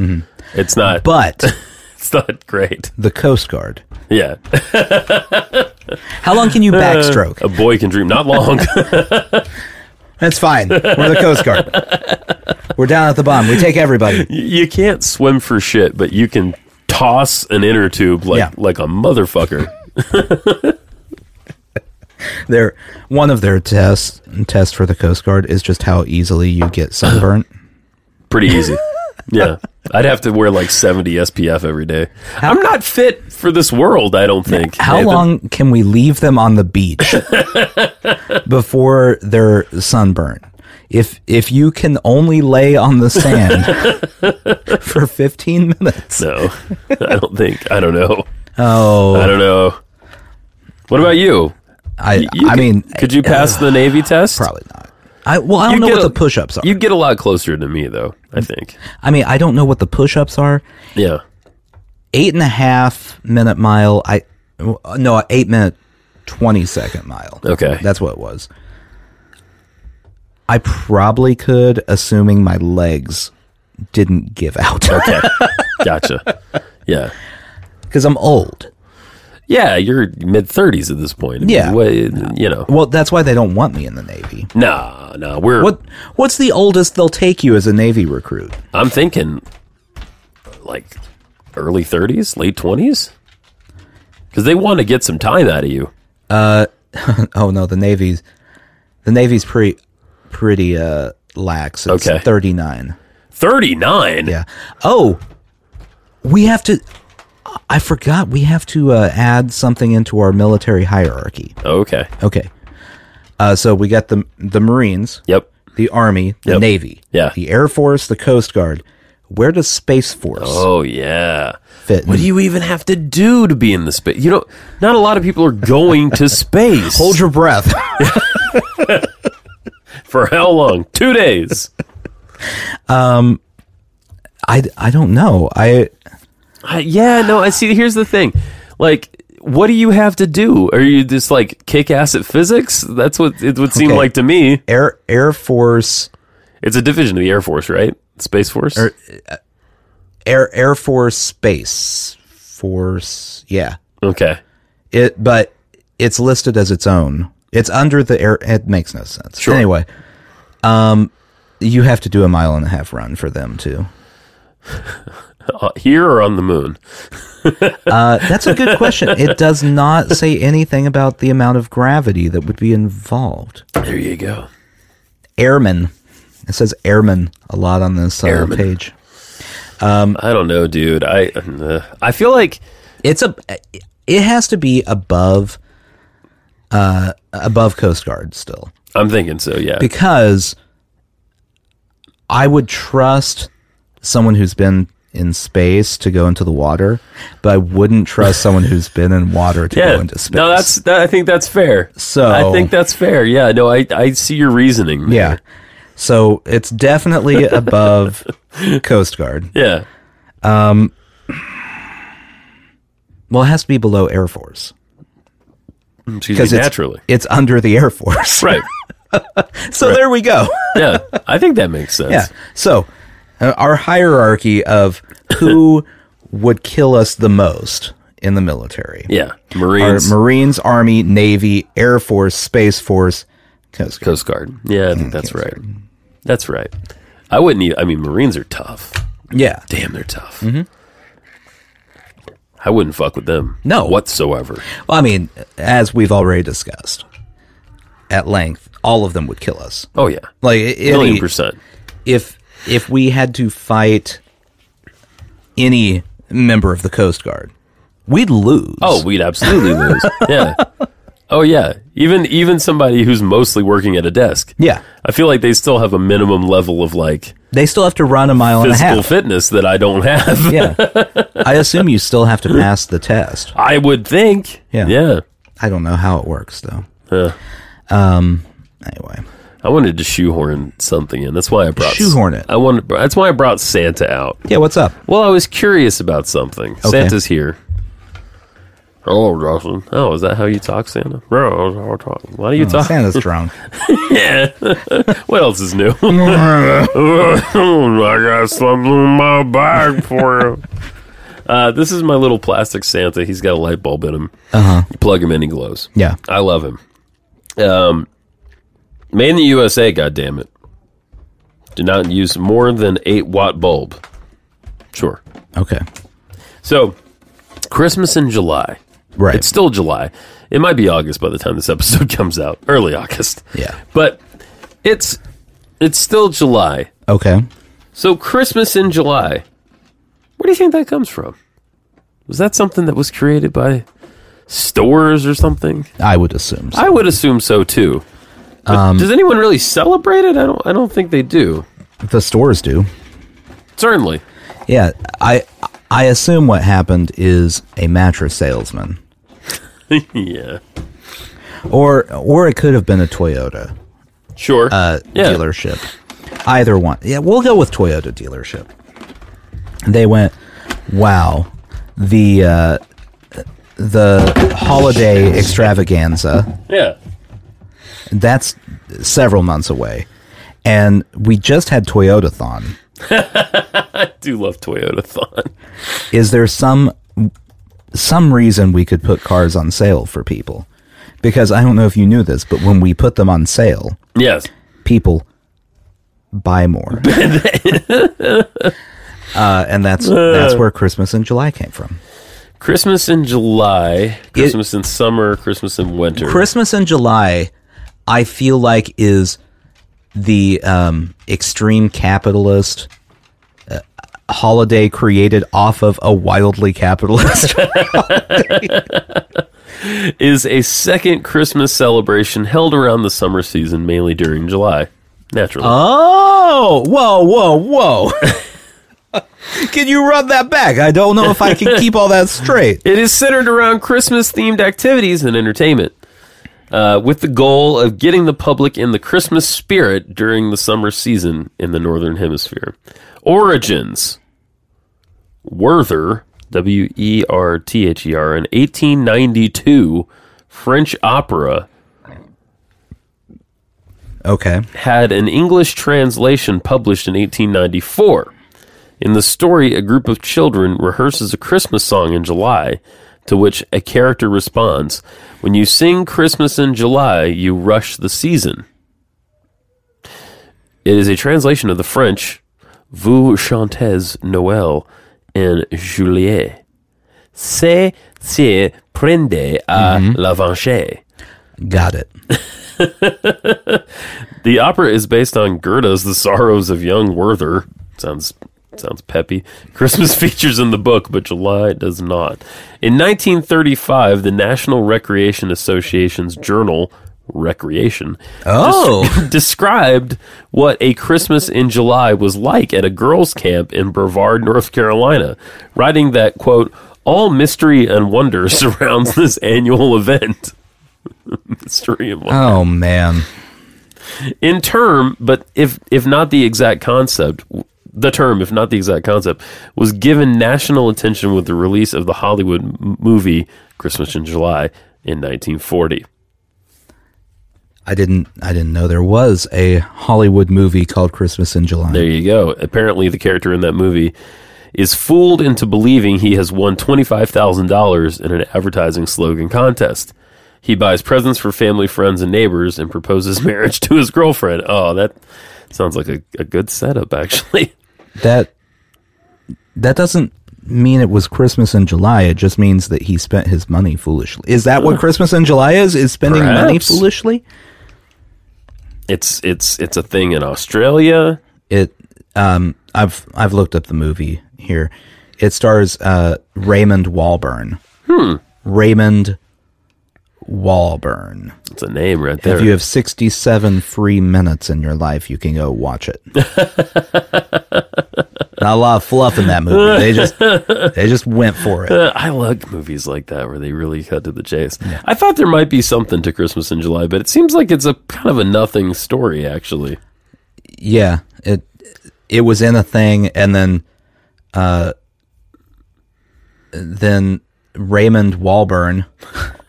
S1: It's not.
S2: But
S1: it's not great.
S2: the Coast Guard.
S1: Yeah,
S2: How long can you backstroke?
S1: a boy can dream. Not long.
S2: That's fine. We're the Coast Guard. We're down at the bottom. We take everybody.
S1: You- you can't swim for shit, but you can toss an inner tube like
S2: Yeah.
S1: like a motherfucker.
S2: Their one of their tests tests for the Coast Guard is just how easily you get sunburnt.
S1: Pretty easy. yeah, I'd have to wear like seventy SPF every day. I'm not fit for this world. I don't think.
S2: How
S1: Nathan.
S2: long can we leave them on the beach before they're sunburned? If if you can only lay on the sand for 15 minutes.
S1: No, I don't think. I don't know. I
S2: Oh,
S1: don't know. What about you?
S2: I
S1: You
S2: I
S1: could-
S2: mean uh,
S1: could you pass the Navy test?
S2: probably not. I well, I don't
S1: You
S2: know
S1: get
S2: what
S1: a-
S2: the push-ups are.
S1: You get a lot closer to me though. I think.
S2: I mean, I don't know what the push-ups are.
S1: Yeah.
S2: Eight and a half minute mile. I no, eight minute twenty second mile.
S1: Okay.
S2: that's what it was. I probably could, assuming my legs didn't give out
S1: Okay. gotcha. Yeah.
S2: because I'm old.
S1: Yeah, you're mid thirties at this point. I mean,
S2: Yeah.
S1: what- you know.
S2: Well, that's why they don't want me in the Navy.
S1: Nah, nah. We're.
S2: What What's the oldest they'll take you as a Navy recruit?
S1: I'm thinking, like, early 30s, late 20s, because they want to get some time out of you.
S2: Oh no, the Navy's the Navy's pretty pretty uh lax. It's
S1: Okay.
S2: thirty nine.
S1: 39.
S2: Yeah. Oh, we have to. I forgot we have to uh, add something into our military hierarchy.
S1: Okay.
S2: Okay. Uh, so we got the the Marines,
S1: Yep.
S2: the Army, the
S1: Yep.
S2: Navy,
S1: Yeah.
S2: the Air Force, the Coast Guard. Where does Space Force
S1: Oh yeah.
S2: fit? in?
S1: What do you even have to do to be in the space? You know, not a lot of people are going to space.
S2: Hold your breath.
S1: for how long? Two days.
S2: I, I don't know. I
S1: I, yeah, no, I see. Here's the thing. Like, what do you have to do? Are you just like kick ass at physics? That's what it would seem
S2: Okay.
S1: like to me.
S2: Air Air Force
S1: It's a division of the Air Force, right? Space Force?
S2: Er, Air Air Force Space Force. Yeah.
S1: okay.
S2: It, but it's listed as its own. It's under the air. It makes no sense.
S1: Sure.
S2: Anyway, um, you have to do a mile and a half run for them too.
S1: Uh, here or on the moon?
S2: Uh, that's a good question. It does not say anything about the amount of gravity that would be involved.
S1: There you go.
S2: Airmen. It says airmen a lot on this uh,
S1: Airmen.
S2: page.
S1: I don't know, dude. I uh, I feel like
S2: It's a. It has to be above. Uh, above Coast Guard still.
S1: I'm thinking so. Yeah.
S2: because I would trust someone who's been in space to go into the water, but I wouldn't trust someone who's been in water to
S1: yeah.
S2: go into space.
S1: No, that's that, I think that's fair.
S2: So-
S1: I think that's fair. Yeah. No, I I see your reasoning. there.
S2: yeah. So it's definitely above Coast Guard.
S1: Yeah.
S2: Well, it has to be below Air Force
S1: Mm, Excuse me.
S2: it's
S1: Naturally.
S2: it's under the Air Force.
S1: Right.
S2: so there we go.
S1: Yeah. I think that makes sense.
S2: yeah. So uh, our hierarchy of who would kill us the most in the military.
S1: Yeah.
S2: Our
S1: Marines.
S2: Marines, Army, Navy, Air Force, Space Force, Coast Guard.
S1: Coast Guard. Yeah, I think that's right. That's right. I wouldn't. Even, I mean, Marines are tough.
S2: Yeah.
S1: Damn, they're tough.
S2: Mm-hmm.
S1: I wouldn't fuck with them.
S2: No.
S1: whatsoever.
S2: Well, I mean, as we've already discussed at length, all of them would kill us.
S1: Oh yeah,
S2: Like i-
S1: million
S2: any,
S1: percent.
S2: if if we had to fight any member of the Coast Guard, we'd lose.
S1: Oh, we'd absolutely lose. Yeah. Oh yeah. Even even somebody who's mostly working at a desk.
S2: yeah.
S1: I feel like they still have a minimum level of like
S2: They still have to run a mile and a
S1: physical
S2: half.
S1: fitness that I don't have.
S2: yeah. I assume you still have to pass the test.
S1: I would think.
S2: Yeah.
S1: Yeah.
S2: I don't know how it works though.
S1: Yeah.
S2: Um anyway.
S1: I wanted to shoehorn something in. That's why I brought
S2: Shoehorn it.
S1: I wanted. That's why I brought Santa out.
S2: Yeah, what's up?
S1: Well, I was curious about something. Santa's here. Hello, Jocelyn. Oh, is that how you talk, Santa? Bro, why do you
S2: Oh,
S1: talk?
S2: Santa's drunk.
S1: Yeah. what else is new? I got something in my bag for you. Uh, this is my little plastic Santa. He's got a light bulb in him. Uh-huh. You plug him in, he glows.
S2: Yeah.
S1: I love him. Um, made in the USA. God damn it! Do not use more than eight watt bulb. Sure.
S2: Okay.
S1: So, Christmas in July.
S2: Right.
S1: It's still July. It might be August by the time this episode comes out. Early August.
S2: Yeah.
S1: But it's it's still July.
S2: okay.
S1: So Christmas in July. Where do you think that comes from? Was that something that was created by stores or something?
S2: I would assume. So.
S1: I would assume so too. But
S2: Um,
S1: does anyone really celebrate it? I don't I don't think they do.
S2: the stores do.
S1: Certainly.
S2: Yeah. I I assume what happened is a mattress salesman,
S1: yeah.
S2: or or it could have been a Toyota
S1: Sure.
S2: uh,
S1: yeah.
S2: dealership. Either one. Yeah, we'll go with Toyota dealership. They went, wow, the uh, the holiday extravaganza.
S1: Yeah.
S2: That's several months away, and we just had Toyota Thon.
S1: I do love Toyota Thon.
S2: is there some some reason we could put cars on sale for people because i don't know if you knew this but when we put them on sale
S1: Yes.
S2: people buy more uh, and that's that's where christmas in july came from
S1: Christmas in July, Christmas in summer, Christmas in winter.
S2: christmas in july i feel like is the um, extreme capitalist uh, holiday created off of a wildly capitalist
S1: is a second Christmas celebration held around the summer season, mainly during July. Naturally.
S2: Uh-huh. Oh, whoa, whoa, whoa. can you run that back? I don't know if I can keep all that straight.
S1: It is centered around Christmas themed activities and entertainment, uh, with the goal of getting the public in the Christmas spirit during the summer season in the Northern Hemisphere. Origins Werther, W E R T H E R, an 1892 French opera
S2: Okay.
S1: had an English translation published in 1894. In the story, a group of children rehearses a Christmas song in July, to which a character responds, When you sing Christmas in July, you rush the season. It is a translation of the French Vous chantez Noël en Juillet. C'est se prende à la vanche.
S2: Got it.
S1: The opera is based on Goethe's The Sorrows of Young Werther. Sounds sounds peppy. Christmas features in the book, but July does not. In 1935, the National Recreation Association's journal Recreation
S2: Oh.
S1: described what a Christmas in July was like at a girls' camp in Brevard, North Carolina, writing that quote, all mystery and wonder surrounds this annual event. mystery and wonder
S2: Oh, man.
S1: in term, but if if not the exact concept, the term, if not the exact concept, was given national attention with the release of the Hollywood m- movie Christmas in July in 1940.
S2: I didn't I didn't know there was a Hollywood movie called Christmas in July.
S1: There you go. Apparently, the character in that movie is fooled into believing he has won $25,000 in an advertising slogan contest. He buys presents for family, friends, and neighbors and proposes marriage to his girlfriend. Oh, that sounds like a, a good setup, actually.
S2: that that doesn't mean it was Christmas in July. It just means that he spent his money foolishly. Is that what Christmas in July is? Is spending money
S1: Uh, Perhaps.
S2: foolishly?
S1: it's it's it's a thing in Australia.
S2: it um i've i've looked up the movie here it stars uh raymond walburn hmm raymond walburn
S1: It's a name right there.
S2: if you have 67 free minutes in your life you can go watch it not a lot of fluff in that movie they just they just went for it
S1: Uh, I like movies like that where they really cut to the chase. I thought there might be something to Christmas in July, but it seems like it's a kind of a nothing story actually.
S2: yeah it it was in a thing and then uh then Raymond Walburn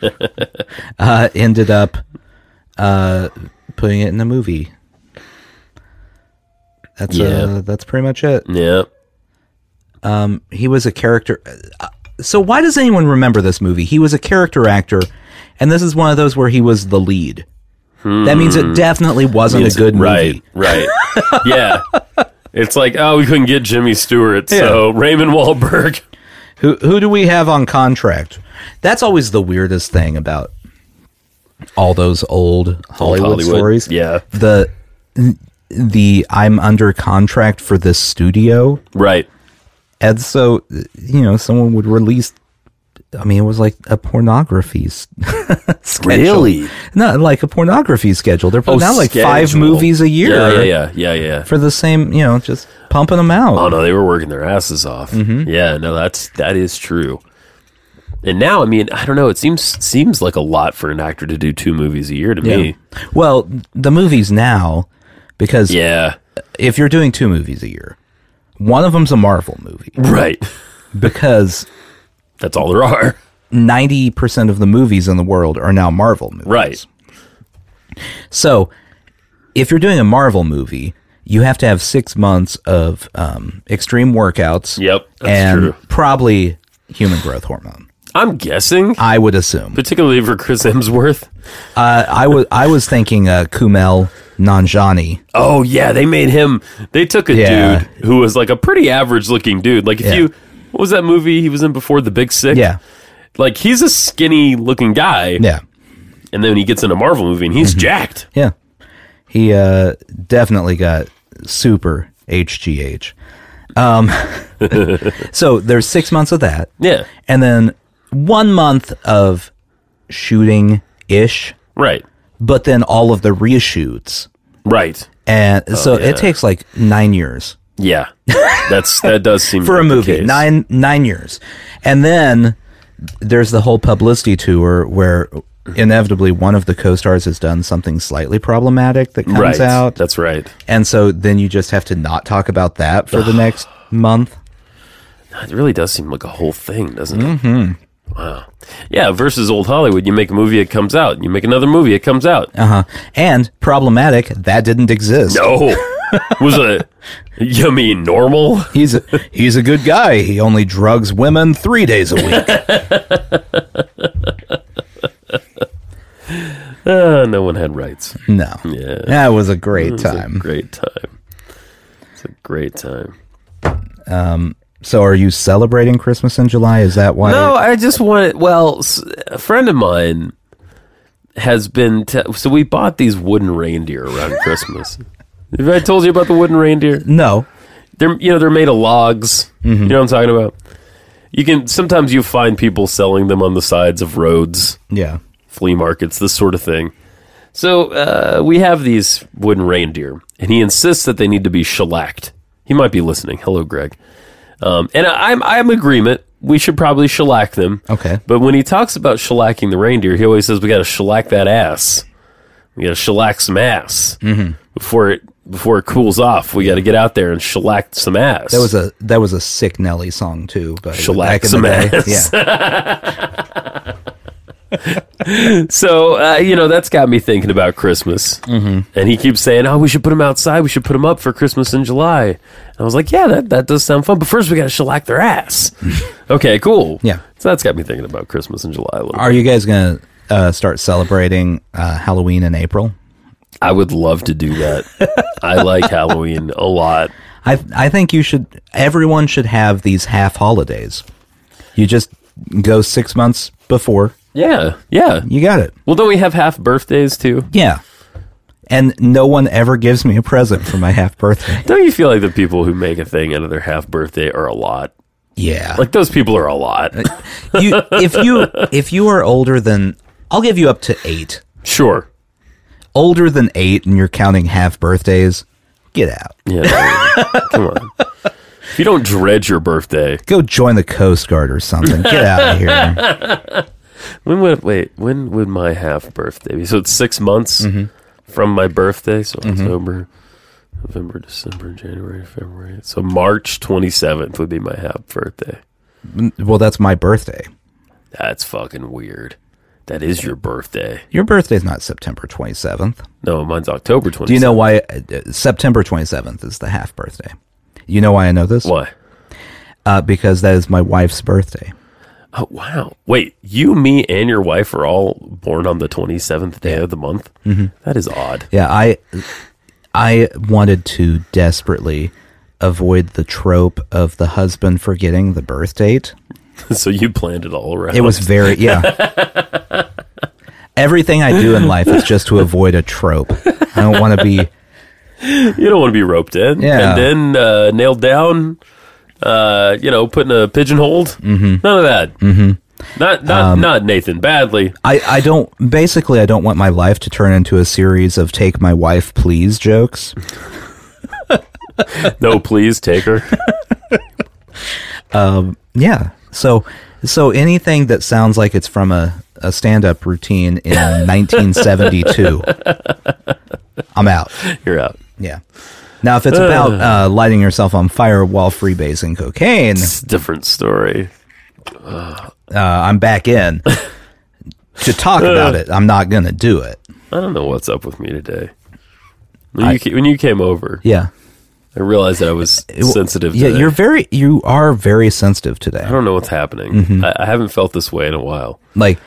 S2: uh, ended up uh, putting it in a movie. That's
S1: Yeah.
S2: uh, that's pretty much it.
S1: Yeah.
S2: He was a character. uh, So why does anyone remember this movie? He was a character actor, and this is one of those where he was the lead. That means it definitely wasn't a good movie.
S1: Hmm. Right. Right. yeah. It's like, oh, we couldn't get Jimmy Stewart, so Raymond Wahlberg.
S2: Who who do we have on contract? That's always the weirdest thing about all those old Hollywood, stories.
S1: Yeah.
S2: The the I'm under contract for this studio.
S1: Right.
S2: And so you know, someone would release I mean, it was like a pornography s- schedule.
S1: Really?
S2: Not like a pornography schedule. They're putting out like five
S1: Oh, schedule.
S2: movies a year
S1: Yeah. Yeah. Yeah. Yeah. Yeah.
S2: for the same, you know, just pumping them out.
S1: Oh no, they were working their asses off.
S2: Mm-hmm.
S1: Yeah, no, that's that is true. And now, I mean, I don't know. It seems seems like a lot for an actor to do two movies a year to
S2: Yeah.
S1: me.
S2: Well, the movies now, because
S1: Yeah,
S2: if you're doing two movies a year, one of them's a Marvel movie
S1: right.
S2: because
S1: That's all there are.
S2: 90% of the movies in the world are now Marvel movies.
S1: Right.
S2: So if you're doing a Marvel movie, you have to have six months of um, extreme workouts.
S1: Yep, that's
S2: and
S1: true.
S2: probably human growth hormone.
S1: I'm guessing,
S2: I would assume.
S1: particularly for Chris Hemsworth.
S2: Uh, I was I was thinking uh, Kumail Nanjiani.
S1: Oh yeah, they made him. They took a
S2: Yeah.
S1: dude who was like a pretty average looking dude. Like if
S2: Yeah.
S1: you, what was that movie he was in before The Big Sick?
S2: Yeah,
S1: like he's a skinny looking guy,
S2: yeah, Mm-hmm.
S1: and then he gets in a Marvel movie and he's jacked.
S2: yeah. He uh, definitely got super HGH. Um, so there's six months of that,
S1: Yeah,
S2: and then one month of shooting ish,
S1: right,
S2: but then all of the reshoots,
S1: right.
S2: and so
S1: yeah.
S2: it takes like nine years
S1: Yeah, that's that does seem
S2: for a
S1: like the
S2: movie.
S1: case.
S2: Nine nine years, and then there's the whole publicity tour where inevitably one of the co-stars has done something slightly problematic that comes
S1: right?
S2: out,
S1: That's right.
S2: and so then you just have to not talk about that for the next month.
S1: It really does seem like a whole thing, doesn't it? Mm-hmm. Wow. Yeah. Versus old Hollywood, you make a movie, it comes out. You make another movie, it comes out.
S2: Uh huh. And problematic that didn't exist.
S1: No, was a you mean normal?
S2: He's a, he's a good guy. He only drugs women three days a week.
S1: Uh, no one had rights.
S2: No,
S1: Yeah.
S2: that was a great
S1: It's
S2: time.
S1: a great time. It's a great time.
S2: so, are you celebrating Christmas in July? Is that why?
S1: No, I just want. Well, s- a friend of mine has been. T- so we bought these wooden reindeer around Christmas. Have I told you about the wooden reindeer?
S2: no.
S1: They're you know they're made of logs. You know what I'm talking about. You can sometimes you find people selling them on the sides of roads,
S2: Yeah.
S1: flea markets, this sort of thing. So uh, we have these wooden reindeer, and he insists that they need to be shellacked. He might be listening. Hello, Greg. Um, and I, I'm I'm in agreement. We should probably shellac them.
S2: Okay.
S1: But when he talks about shellacking the reindeer, he always says we got to shellac that ass. We got to shellac some ass
S2: Mm-hmm.
S1: before it before it cools off. We got to get out there and shellac some ass.
S2: That was a that was a sick Nelly song too. But
S1: Shellac
S2: back in
S1: some
S2: the
S1: ass.
S2: day, yeah.
S1: so uh, you know that's got me thinking about Christmas. Mm-hmm. And he keeps saying, "Oh, we should put them outside. We should put them up for Christmas in July." And I was like, "Yeah, that that does sound fun." But first, we got to shellac their ass. okay, cool.
S2: Yeah.
S1: So that's got me thinking about Christmas in July a little.
S2: Are you guys gonna uh, start celebrating uh, Halloween in April?
S1: I would love to do that. I like Halloween a lot.
S2: I I think you should. Everyone should have these half holidays. You just go six months before.
S1: Yeah, yeah.
S2: You got it.
S1: Well, don't we have half birthdays too?
S2: Yeah. And no one ever gives me a present for my half birthday.
S1: Don't you feel like the people who make a thing out of their half birthday are a lot?
S2: Yeah.
S1: Like those people are a lot.
S2: Uh, you, if you if you are older than I'll give you up to eight.
S1: sure.
S2: Older than eight, and you're counting half birthdays. Get out.
S1: Yeah. no, Come on. If you don't dread your birthday,
S2: Go join the Coast Guard or something. Get out of here.
S1: when would wait? When would my half birthday be? So it's six months
S2: Mm-hmm.
S1: from my birthday. So October, November, December, January, February. So March twenty seventh would be my half birthday.
S2: Well, that's my birthday.
S1: That's fucking weird. That is your birthday.
S2: Your birthday's not September 27th.
S1: No, mine's October 27th.
S2: Do you know why uh, uh, September 27th is the half birthday? You know why I know this?
S1: why?
S2: Uh, because that is my wife's birthday.
S1: Oh wow! Wait, you, me, and your wife are all born on the twenty seventh day of the month.
S2: Mm-hmm.
S1: That is odd.
S2: Yeah, I I wanted to desperately avoid the trope of the husband forgetting the birth date.
S1: so you planned it all around.
S2: It was very yeah. Everything I do in life is just to avoid a trope. I don't want to be
S1: you don't want to be roped in,
S2: Yeah.
S1: and then uh, nailed down. Uh, you know, put in a pigeonhole. Mm-hmm. None of that. Mm-hmm. Not not
S2: Um,
S1: not Nathan Badley.
S2: I, I don't basically I don't want my life to turn into a series of take my wife please jokes.
S1: No, please take her.
S2: Yeah. So so anything that sounds like it's from a, a stand up routine in nineteen seventy two I'm out.
S1: You're out.
S2: Yeah. Now if it's about uh, lighting yourself on fire while freebasing cocaine,
S1: It's a different story.
S2: uh, I'm back in. to talk about it, I'm not gonna do it.
S1: I don't know what's up with me today. When you, ca- when you came over,
S2: Yeah.
S1: I realized that I was sensitive.
S2: Yeah,
S1: today. Uh-huh.
S2: you're very you are very sensitive today.
S1: I don't know what's happening.
S2: Mm-hmm.
S1: I, I haven't felt this way in a while.
S2: Like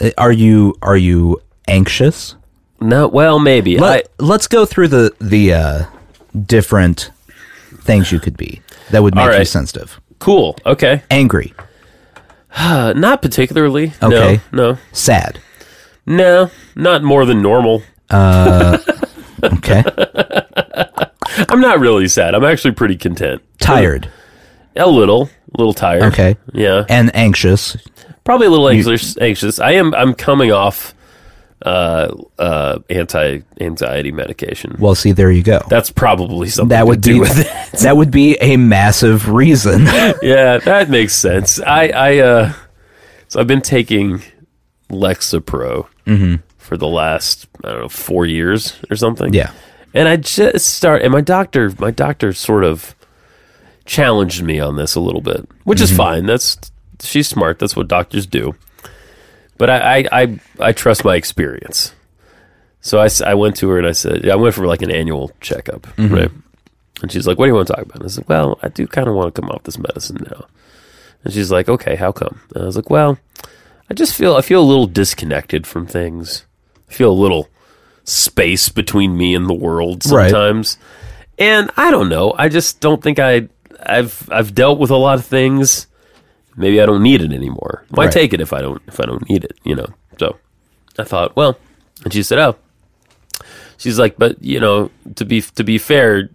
S2: uh, are you are you anxious?
S1: No, well, maybe.
S2: Let, let's go through the the uh, different things you could be that would make
S1: All
S2: you
S1: right.
S2: sensitive.
S1: I, cool. Okay.
S2: Angry,
S1: Uh, not particularly.
S2: Okay.
S1: No.
S2: sad.
S1: No. No. Not more than normal.
S2: Okay,
S1: I'm not really sad. I'm actually pretty content.
S2: tired.
S1: A little. A little tired.
S2: Okay,
S1: Yeah.
S2: and anxious.
S1: Probably a little anxious. Anxious. I am. I'm coming off uh, uh, anti anxiety medication.
S2: Well, see, there you go.
S1: That's probably something
S2: that
S1: to
S2: would
S1: do
S2: be
S1: with it.
S2: that would be a massive reason.
S1: yeah, that makes sense. I, I, uh, so I've been taking Lexapro
S2: Mm-hmm.
S1: for the last, I don't know, four years or something.
S2: Yeah.
S1: And I just start, and my doctor, my doctor sort of challenged me on this a little bit, which is fine. That's, she's smart. That's what doctors do. But I, I, I, I trust my experience. So I, s- I went to her and I said, I went for like an annual checkup,
S2: Mm-hmm.
S1: right? And she's like, what do you want to talk about? And I said, well, I do kind of want to come off this medicine now. And she's like, okay, how come? And I was like, well, I just feel, I feel a little disconnected from things. I feel a little space between me and the world
S2: Right.
S1: sometimes. And I don't know. I just don't think I, I've, I've dealt with a lot of things. Maybe I don't need it anymore. Why
S2: Right.
S1: take it if I don't, if I don't need it, you know? So I thought, well, and she said, oh, she's like, but you know, to be to be fair,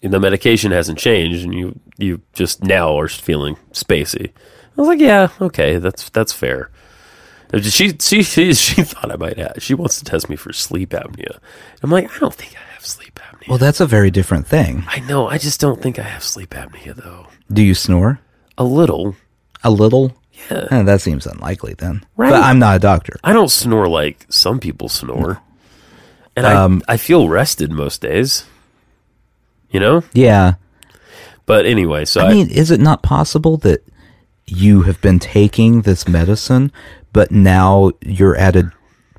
S1: the medication hasn't changed, and you you just now are feeling spacey. I was like, yeah, okay, that's that's fair. And She she she she thought I might have. She wants to test me for sleep apnea. I'm like, I don't think I have sleep apnea.
S2: well, that's a very different thing.
S1: I know, I just don't think I have sleep apnea though.
S2: Do you snore
S1: A little.
S2: a little?
S1: Yeah.
S2: Eh, that seems unlikely then.
S1: Right.
S2: But I'm not a doctor.
S1: I don't snore like some people snore. And I I feel rested most days. You know?
S2: Yeah.
S1: But anyway, so
S2: I mean, is it not possible that you have been taking this medicine, but now you're at a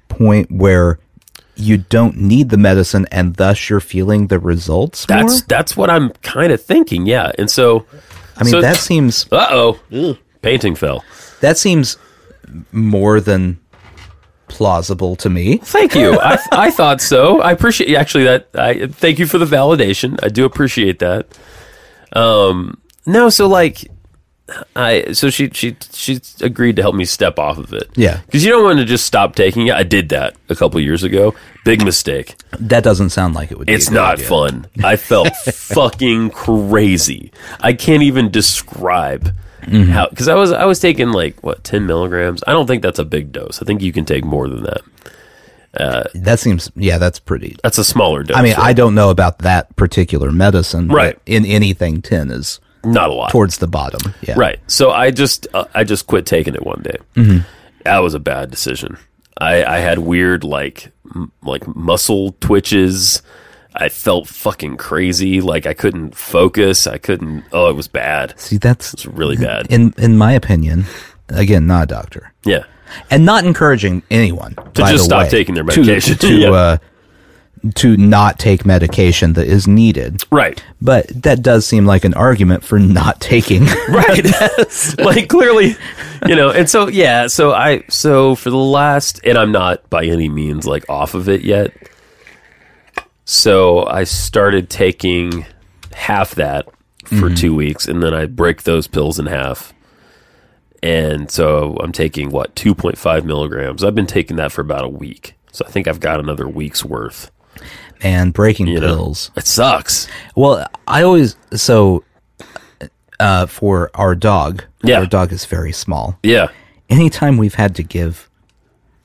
S2: point where you don't need the medicine and thus you're feeling the results more?
S1: That's that's what I'm kind of thinking. Yeah, and so
S2: I mean,
S1: so-
S2: that seems
S1: uh oh, painting fell.
S2: that seems more than plausible to me.
S1: Thank you. I I thought so. I appreciate actually that. I thank you for the validation. I do appreciate that. Um, no, so like. I so she she she agreed to help me step off of it.
S2: Yeah.
S1: because you don't want to just stop taking it. I did that a couple years ago. Big mistake.
S2: That doesn't sound like it would be. a
S1: It's
S2: good
S1: not
S2: idea.
S1: fun. I felt fucking crazy. I can't even describe
S2: Mm-hmm.
S1: how because I was I was taking like what ten milligrams. I don't think that's a big dose. I think you can take more than that.
S2: That seems yeah, that's pretty
S1: That's a smaller dose.
S2: I mean, I don't know about that particular medicine, but
S1: Right.
S2: in anything 10 is
S1: not a lot.
S2: towards the bottom. Yeah.
S1: Right. So I just uh, I just quit taking it one day.
S2: Mm-hmm.
S1: That was a bad decision. I I had weird like m- like muscle twitches. I felt fucking crazy. Like I couldn't focus. I couldn't. Oh, it was bad.
S2: See, that's
S1: It's really bad.
S2: in in my opinion, again, not a doctor,
S1: Yeah.
S2: and not encouraging anyone
S1: To
S2: by
S1: just
S2: the
S1: stop
S2: way,
S1: taking their
S2: to-
S1: medication.
S2: to,
S1: Yeah.
S2: uh, to not take medication that is needed.
S1: Right.
S2: But that does seem like an argument for not taking.
S1: Right. like clearly, you know, and so yeah, so I so for the last and I'm not by any means like off of it yet. So I started taking half that for 2 weeks and then I break those pills in half. And so I'm taking what 2.5 milligrams. I've been taking that for about a week. So I think I've got another week's worth.
S2: and breaking
S1: You know?
S2: pills.
S1: It sucks.
S2: Well, I always so uh, for our dog.
S1: Yeah.
S2: our dog is very small.
S1: Yeah.
S2: Anytime we've had to give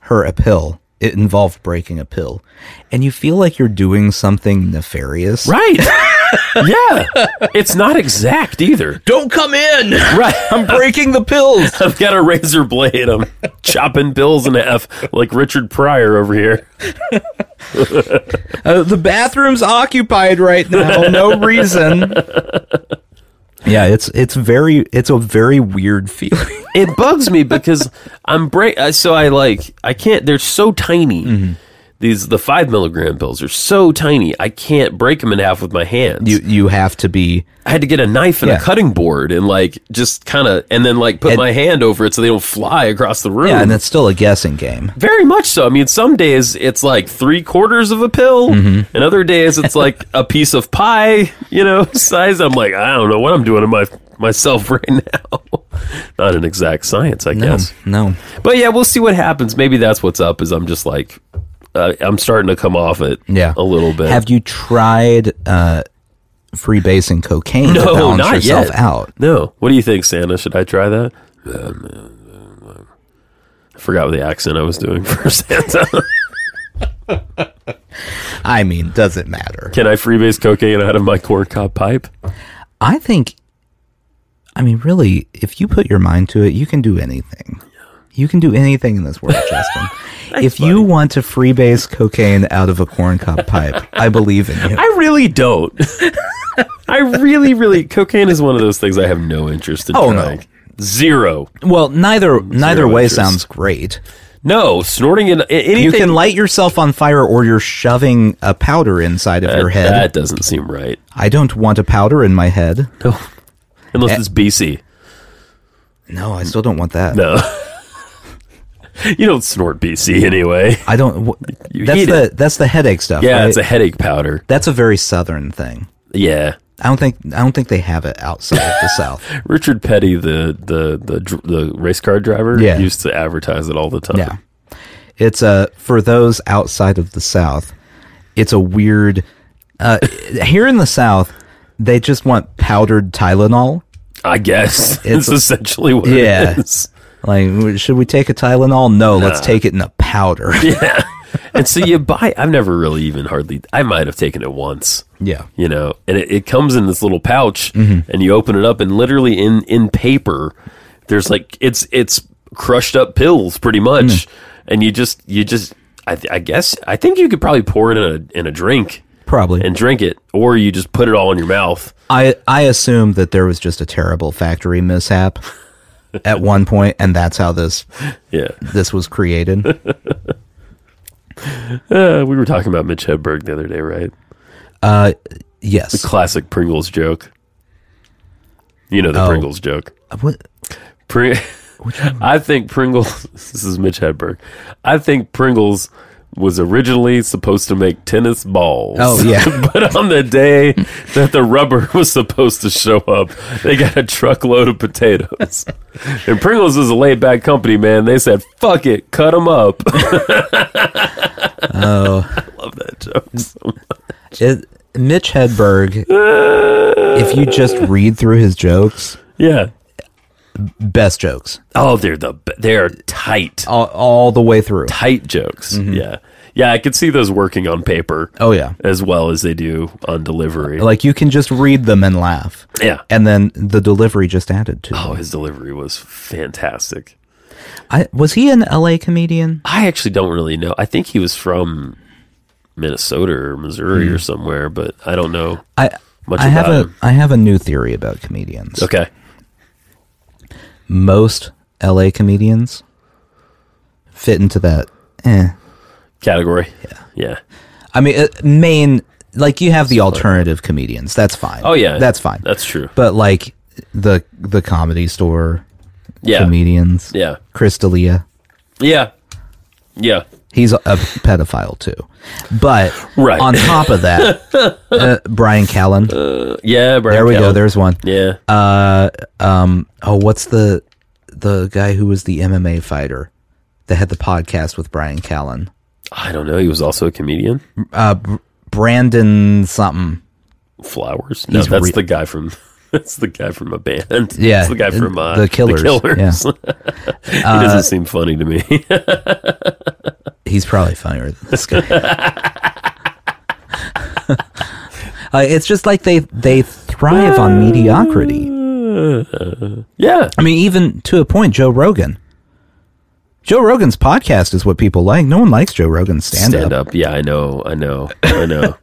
S2: her a pill, it involved breaking a pill, and you feel like you're doing something nefarious.
S1: Right. yeah. It's not exact either.
S2: Don't come in.
S1: Right.
S2: I'm breaking the pills.
S1: I've got a razor blade. I'm chopping bills in half like Richard Pryor over here.
S2: Uh, the bathroom's occupied right now. No reason. Yeah, it's it's very it's a very weird feeling.
S1: It bugs me because I'm break. So I like I can't. They're so tiny.
S2: Mm-hmm.
S1: These the five milligram pills are so tiny. I can't break them in half with my hands.
S2: You you have to be
S1: I had to get a knife and
S2: Yeah.
S1: a cutting board and like just kind of and then like put
S2: And-
S1: my hand over it so they don't fly across the room.
S2: yeah, and it's still a guessing game.
S1: Very much so. I mean, some days it's like three quarters of a pill,
S2: Mm-hmm.
S1: and other days it's like a piece of pie, you know, size. I'm like, I don't know what I'm doing to my myself right now. Not an exact science, I guess.
S2: No, no.
S1: But yeah, we'll see what happens. Maybe that's what's up. Is I'm just like, uh, I'm starting to come off it,
S2: Yeah.
S1: a little bit.
S2: Have you tried uh freebasing cocaine to
S1: no,
S2: balance
S1: not
S2: yourself
S1: yet.
S2: out?
S1: No. What do you think, Santa? Should I try that? I forgot what the accent I was doing for Santa.
S2: I mean, does it matter?
S1: Can I freebase cocaine out of my corn cob pipe?
S2: I think I mean, really, if you put your mind to it, you can do anything. You can do anything in this world, Justin. if you want to freebase cocaine out of a corn cob pipe, I believe in you.
S1: I really don't. I really, really. Cocaine is one of those things I have no interest in
S2: Oh, no.
S1: trying. Zero.
S2: Well, neither neither way
S1: interest.
S2: sounds great.
S1: No, snorting in a- anything.
S2: You can light yourself on fire or you're shoving a powder inside of your head.
S1: That doesn't seem right.
S2: I don't want a powder in my head.
S1: No. Unless
S2: Eh.
S1: it's BC.
S2: No, I still don't want that.
S1: No. you don't snort BC anyway.
S2: I don't. wh-
S1: You
S2: that's
S1: eat
S2: the that's the headache stuff.
S1: Yeah,
S2: right?
S1: it's a headache powder.
S2: that's a very southern thing.
S1: Yeah.
S2: I don't think I don't think they have it outside of the South.
S1: Richard Petty, the the the, dr- the race car driver,
S2: Yeah.
S1: used to advertise it all the time.
S2: Yeah, it's a for those outside of the South. It's a weird. Uh, here in the South, they just want powdered Tylenol.
S1: I guess it's
S2: It's-
S1: essentially what
S2: Yeah.
S1: it is.
S2: Like, w- should we take a Tylenol? No, let's take it in a powder.
S1: and so you buy i've never really even hardly i might have taken it once
S2: yeah.
S1: you know and it, it comes in this little pouch and you open it up and literally in in paper there's like it's it's crushed up pills pretty much and you just you just I, th- I guess i think you could probably pour it in a in a drink
S2: Probably.
S1: and drink it or you just put it all in your mouth
S2: I I assume that there was just a terrible factory mishap at one point, and that's how this
S1: yeah
S2: this was created.
S1: uh, we were talking about mitch hedberg the other day right
S2: Yes.
S1: classic pringles joke you know the
S2: Oh.
S1: pringles joke
S2: What-
S1: Pring- I think Pringles. This is Mitch Hedberg. I think Pringles was originally supposed to make tennis balls.
S2: Oh, yeah.
S1: but on the day that the rubber was supposed to show up, they got a truckload of potatoes. and Pringles is a laid back company, man. They said, "Fuck it, cut them up." oh, I love that joke. so much.
S2: It, Mitch Hedberg, if you just read through his jokes,
S1: Yeah.
S2: best jokes
S1: Oh, they're the be- they are tight,
S2: all, all the way through.
S1: Oh, tight jokes.
S2: Mm-hmm.
S1: Yeah, yeah. I could see those working on paper.
S2: Oh yeah.
S1: as well as they do on delivery.
S2: Like you can just read them and laugh.
S1: yeah.
S2: And then the delivery just added to. it.
S1: Oh, his delivery was fantastic.
S2: I, was he an LA comedian?
S1: I actually don't really know. I think he was from Minnesota or Missouri or somewhere, but I don't know
S2: I
S1: much
S2: Mm-hmm. I
S1: about
S2: have a
S1: him.
S2: I have a new theory about comedians.
S1: Okay.
S2: Most LA comedians fit into that. Eh.
S1: category. Yeah. Yeah.
S2: I mean, uh, main like you have the alternative comedians. That's fine.
S1: Oh yeah.
S2: that's fine.
S1: That's true.
S2: but like the the comedy store
S1: Yeah.
S2: comedians.
S1: Yeah.
S2: Chris D'Elia,
S1: Yeah. Yeah.
S2: he's a pedophile too. But
S1: Right.
S2: on top of that, uh, Brian Callen.
S1: Yeah. Brian
S2: there Uh, we go.
S1: Callen.
S2: There's one.
S1: Yeah.
S2: Oh, what's the the guy who was the MMA fighter that had the podcast with Brian Callen?
S1: I don't know. He was also a comedian.
S2: Brandon something.
S1: Flowers. No,
S2: He's
S1: that's
S2: re-
S1: the guy from. That's the guy from a band.
S2: Yeah,
S1: That's the guy from uh,
S2: The Killers, yeah. Uh,
S1: he doesn't seem funny to me.
S2: He's probably funnier than this guy. Uh, it's just like they they thrive on mediocrity.
S1: yeah.
S2: I mean, even to a point, Joe Rogan. Joe Rogan's podcast is what people like. No one likes Joe Rogan's stand,
S1: Stand
S2: up.
S1: up. Yeah, I know. I know. I know.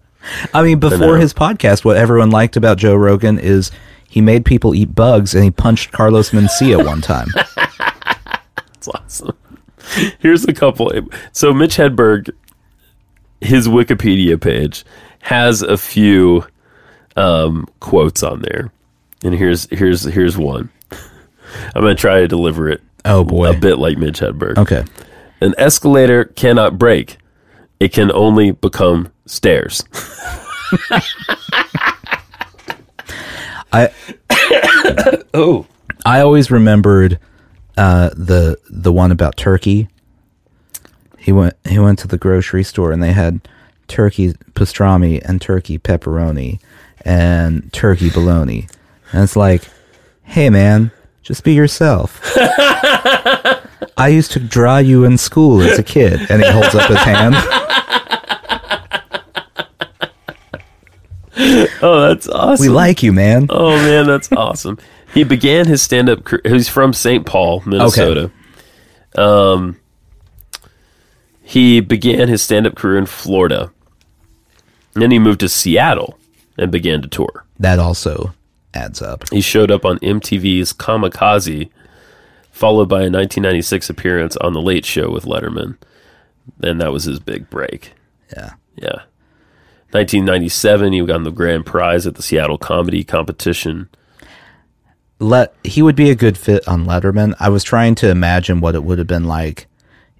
S2: I mean, before
S1: know.
S2: his podcast, what everyone liked about Joe Rogan is he made people eat bugs and he punched Carlos Mencia one time.
S1: It's awesome. Here's a couple. So Mitch Hedberg, his Wikipedia page has a few um, quotes on there, and here's here's here's one. I'm gonna try to deliver it
S2: Oh boy.
S1: a bit like Mitch Hedberg.
S2: Okay.
S1: An escalator cannot break; it can only become stairs.
S2: I
S1: Oh,
S2: I always remembered uh, the the one about turkey. He went he went to the grocery store and they had turkey pastrami and turkey pepperoni and turkey bologna. And it's like, hey man, just be yourself. I used to draw you in school as a kid, and he holds up his hand.
S1: oh, that's awesome.
S2: We like you, man.
S1: Oh man, that's awesome. He began his stand up career. He's from St. Paul, Minnesota. Um, he began his stand up career in Florida. And then he moved to Seattle and began to tour.
S2: That also adds up.
S1: He showed up on MTV's Kamikaze, followed by a 1996 appearance on The Late Show with Letterman. Then that was his big break.
S2: Yeah.
S1: Yeah. 1997, he won the grand prize at the Seattle Comedy Competition.
S2: let he would be a good fit on Letterman. I was trying to imagine what it would have been like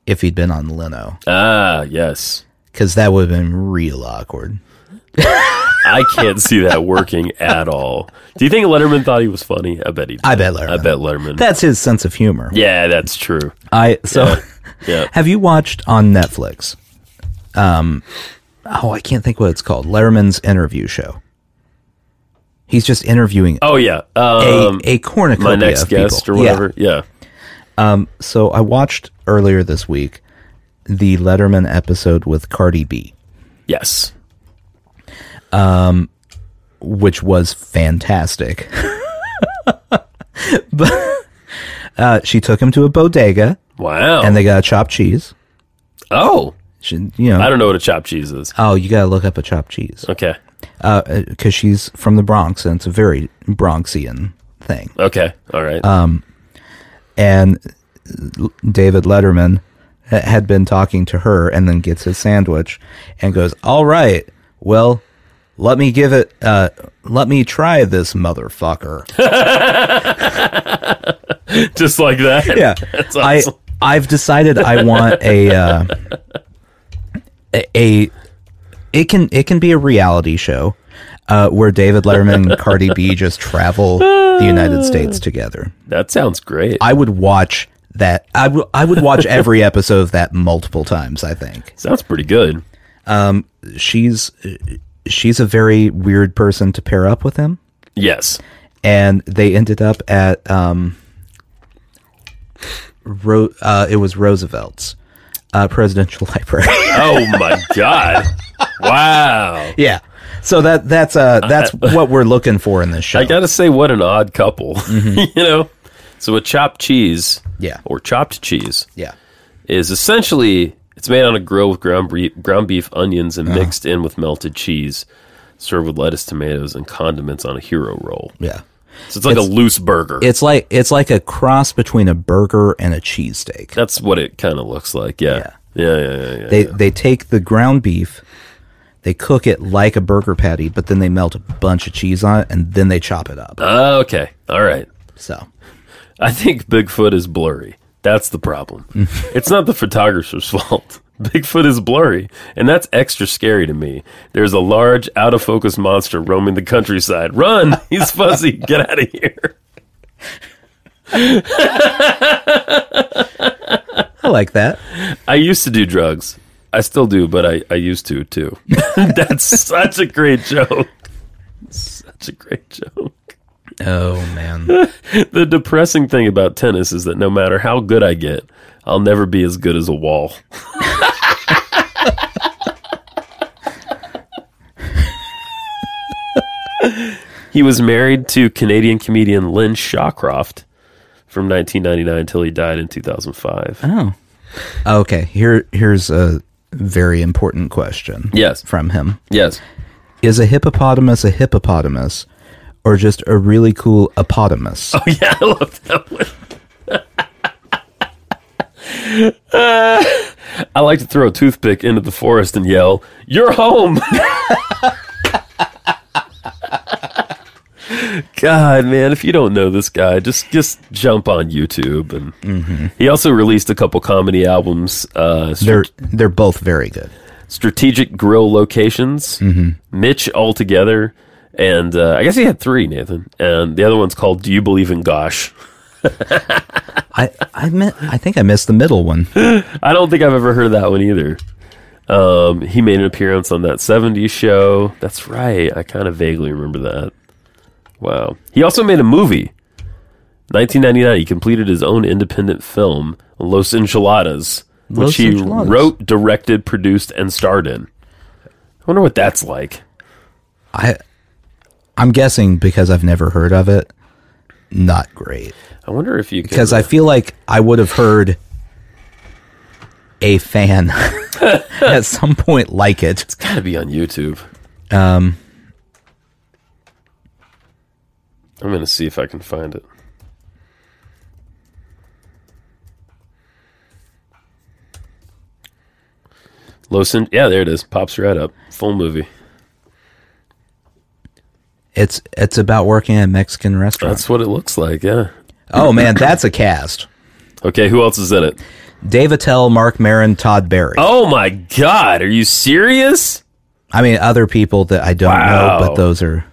S2: if he'd been on Leno,
S1: Ah, yes.
S2: because that would have been real awkward.
S1: I can't see that working at all. Do you think Letterman thought he was funny? I bet he did.
S2: I bet Letterman.
S1: I bet Letterman.
S2: That's his sense of humor.
S1: yeah, that's true.
S2: I so
S1: Yeah.
S2: have you watched on Netflix? Um, oh, I can't think what it's called. Letterman's interview show. He's just interviewing
S1: Oh yeah.
S2: a,
S1: Um,
S2: a cornucopia.
S1: my next
S2: of people.
S1: guest or
S2: Yeah.
S1: whatever. Yeah.
S2: So I watched earlier this week the Letterman episode with Cardi B.
S1: Yes.
S2: which was fantastic. but uh, she took him to a bodega
S1: Wow.
S2: and they got a chopped cheese.
S1: oh,
S2: She, you know,
S1: I don't know what a chopped cheese is.
S2: oh, you gotta look up a chopped cheese
S1: Okay.
S2: because she's from the Bronx and it's a very Bronxian thing.
S1: Okay. All right.
S2: Um, And L- David Letterman ha- had been talking to her and then gets his sandwich and goes, "All right, well." Let me give it. Uh, let me try this motherfucker.
S1: Just like that.
S2: yeah.
S1: That's awesome.
S2: I I've decided I want a, uh, a a it can it can be a reality show uh, where David Letterman and Cardi B just travel the United States together.
S1: that sounds great.
S2: I would watch that. I would I would watch every episode of that multiple times. I think
S1: sounds pretty good.
S2: she's uh, she's a very weird person to pair up with him.
S1: Yes.
S2: and they ended up at um, Ro- uh, it was Roosevelt's uh, presidential library.
S1: Oh my god. Wow.
S2: yeah, so that that's uh that's what we're looking for in this show.
S1: I gotta say, what an odd couple. you know. So a chopped cheese.
S2: Mm-hmm. Yeah.
S1: Or chopped cheese.
S2: yeah,
S1: is essentially it's made on a grill with ground beef, ground beef onions
S2: Ah.
S1: and mixed in with melted cheese served with lettuce tomatoes and condiments on a hero roll
S2: yeah.
S1: So it's like
S2: It's-
S1: a loose burger.
S2: It's like it's like a cross between a burger and a cheesesteak.
S1: That's what it kind of looks like. Yeah. Yeah. Yeah. Yeah. yeah,
S2: They they take the ground beef, they cook it like a burger patty, but then they melt a bunch of cheese on it and then they chop it up.
S1: Ah, okay. All right.
S2: So
S1: I think Bigfoot is blurry. That's the problem. it's not the photographer's fault. Bigfoot is blurry, and that's extra scary to me. There's a large, out of focus monster roaming the countryside. Run! He's fuzzy. Get out of here.
S2: I like that.
S1: I used to do drugs. I still do, but I, I used to too. that's such a great joke. Such a great joke.
S2: Oh man.
S1: The depressing thing about tennis is that no matter how good I get, I'll never be as good as a wall. he was married to Canadian comedian Lynn Shawcroft from 1999 until he died in 2005.
S2: Oh. Okay, here here's a very important question.
S1: Yes.
S2: From him.
S1: Yes.
S2: Is a hippopotamus a hippopotamus or just a really cool apotamus?
S1: Oh, yeah, I love that one. Uh, I like to throw a toothpick into the forest and yell, You're home! God, man, if you don't know this guy, just just jump on YouTube. And he also released a couple comedy albums: uh, Str-
S2: They're they're both very good.
S1: "Strategic Grill Locations," "Mitch Altogether," and uh, I guess he had three, Nathan. And the other one's called "Do You Believe in Gosh?"
S2: I I mi- I think I missed the middle one.
S1: I don't think I've ever heard of that one either. Um, he made an appearance on that 70s show. That's right. I kind of vaguely remember that. Wow. He also made a movie. 1999, he completed his own independent film, Los Enchiladas, which
S2: Los
S1: he
S2: Enchiladas.
S1: wrote, directed, produced, and starred in. I wonder what that's like.
S2: I I'm guessing because I've never heard of it. Not great.
S1: I wonder if you
S2: Because I feel like I would have heard a fan at some point like it.
S1: got to be on YouTube. Um, I'm gonna see if I can find it. Los An- yeah, there it is. Pops right up. Full movie.
S2: It's it's about working at a Mexican restaurant.
S1: That's what it looks like. Yeah.
S2: oh man, that's a cast.
S1: Okay, who else is in it?
S2: Dave Attell, Mark Marin, Todd Berry.
S1: Oh my God, are you serious?
S2: I mean other people that I don't
S1: Wow.
S2: know, but those are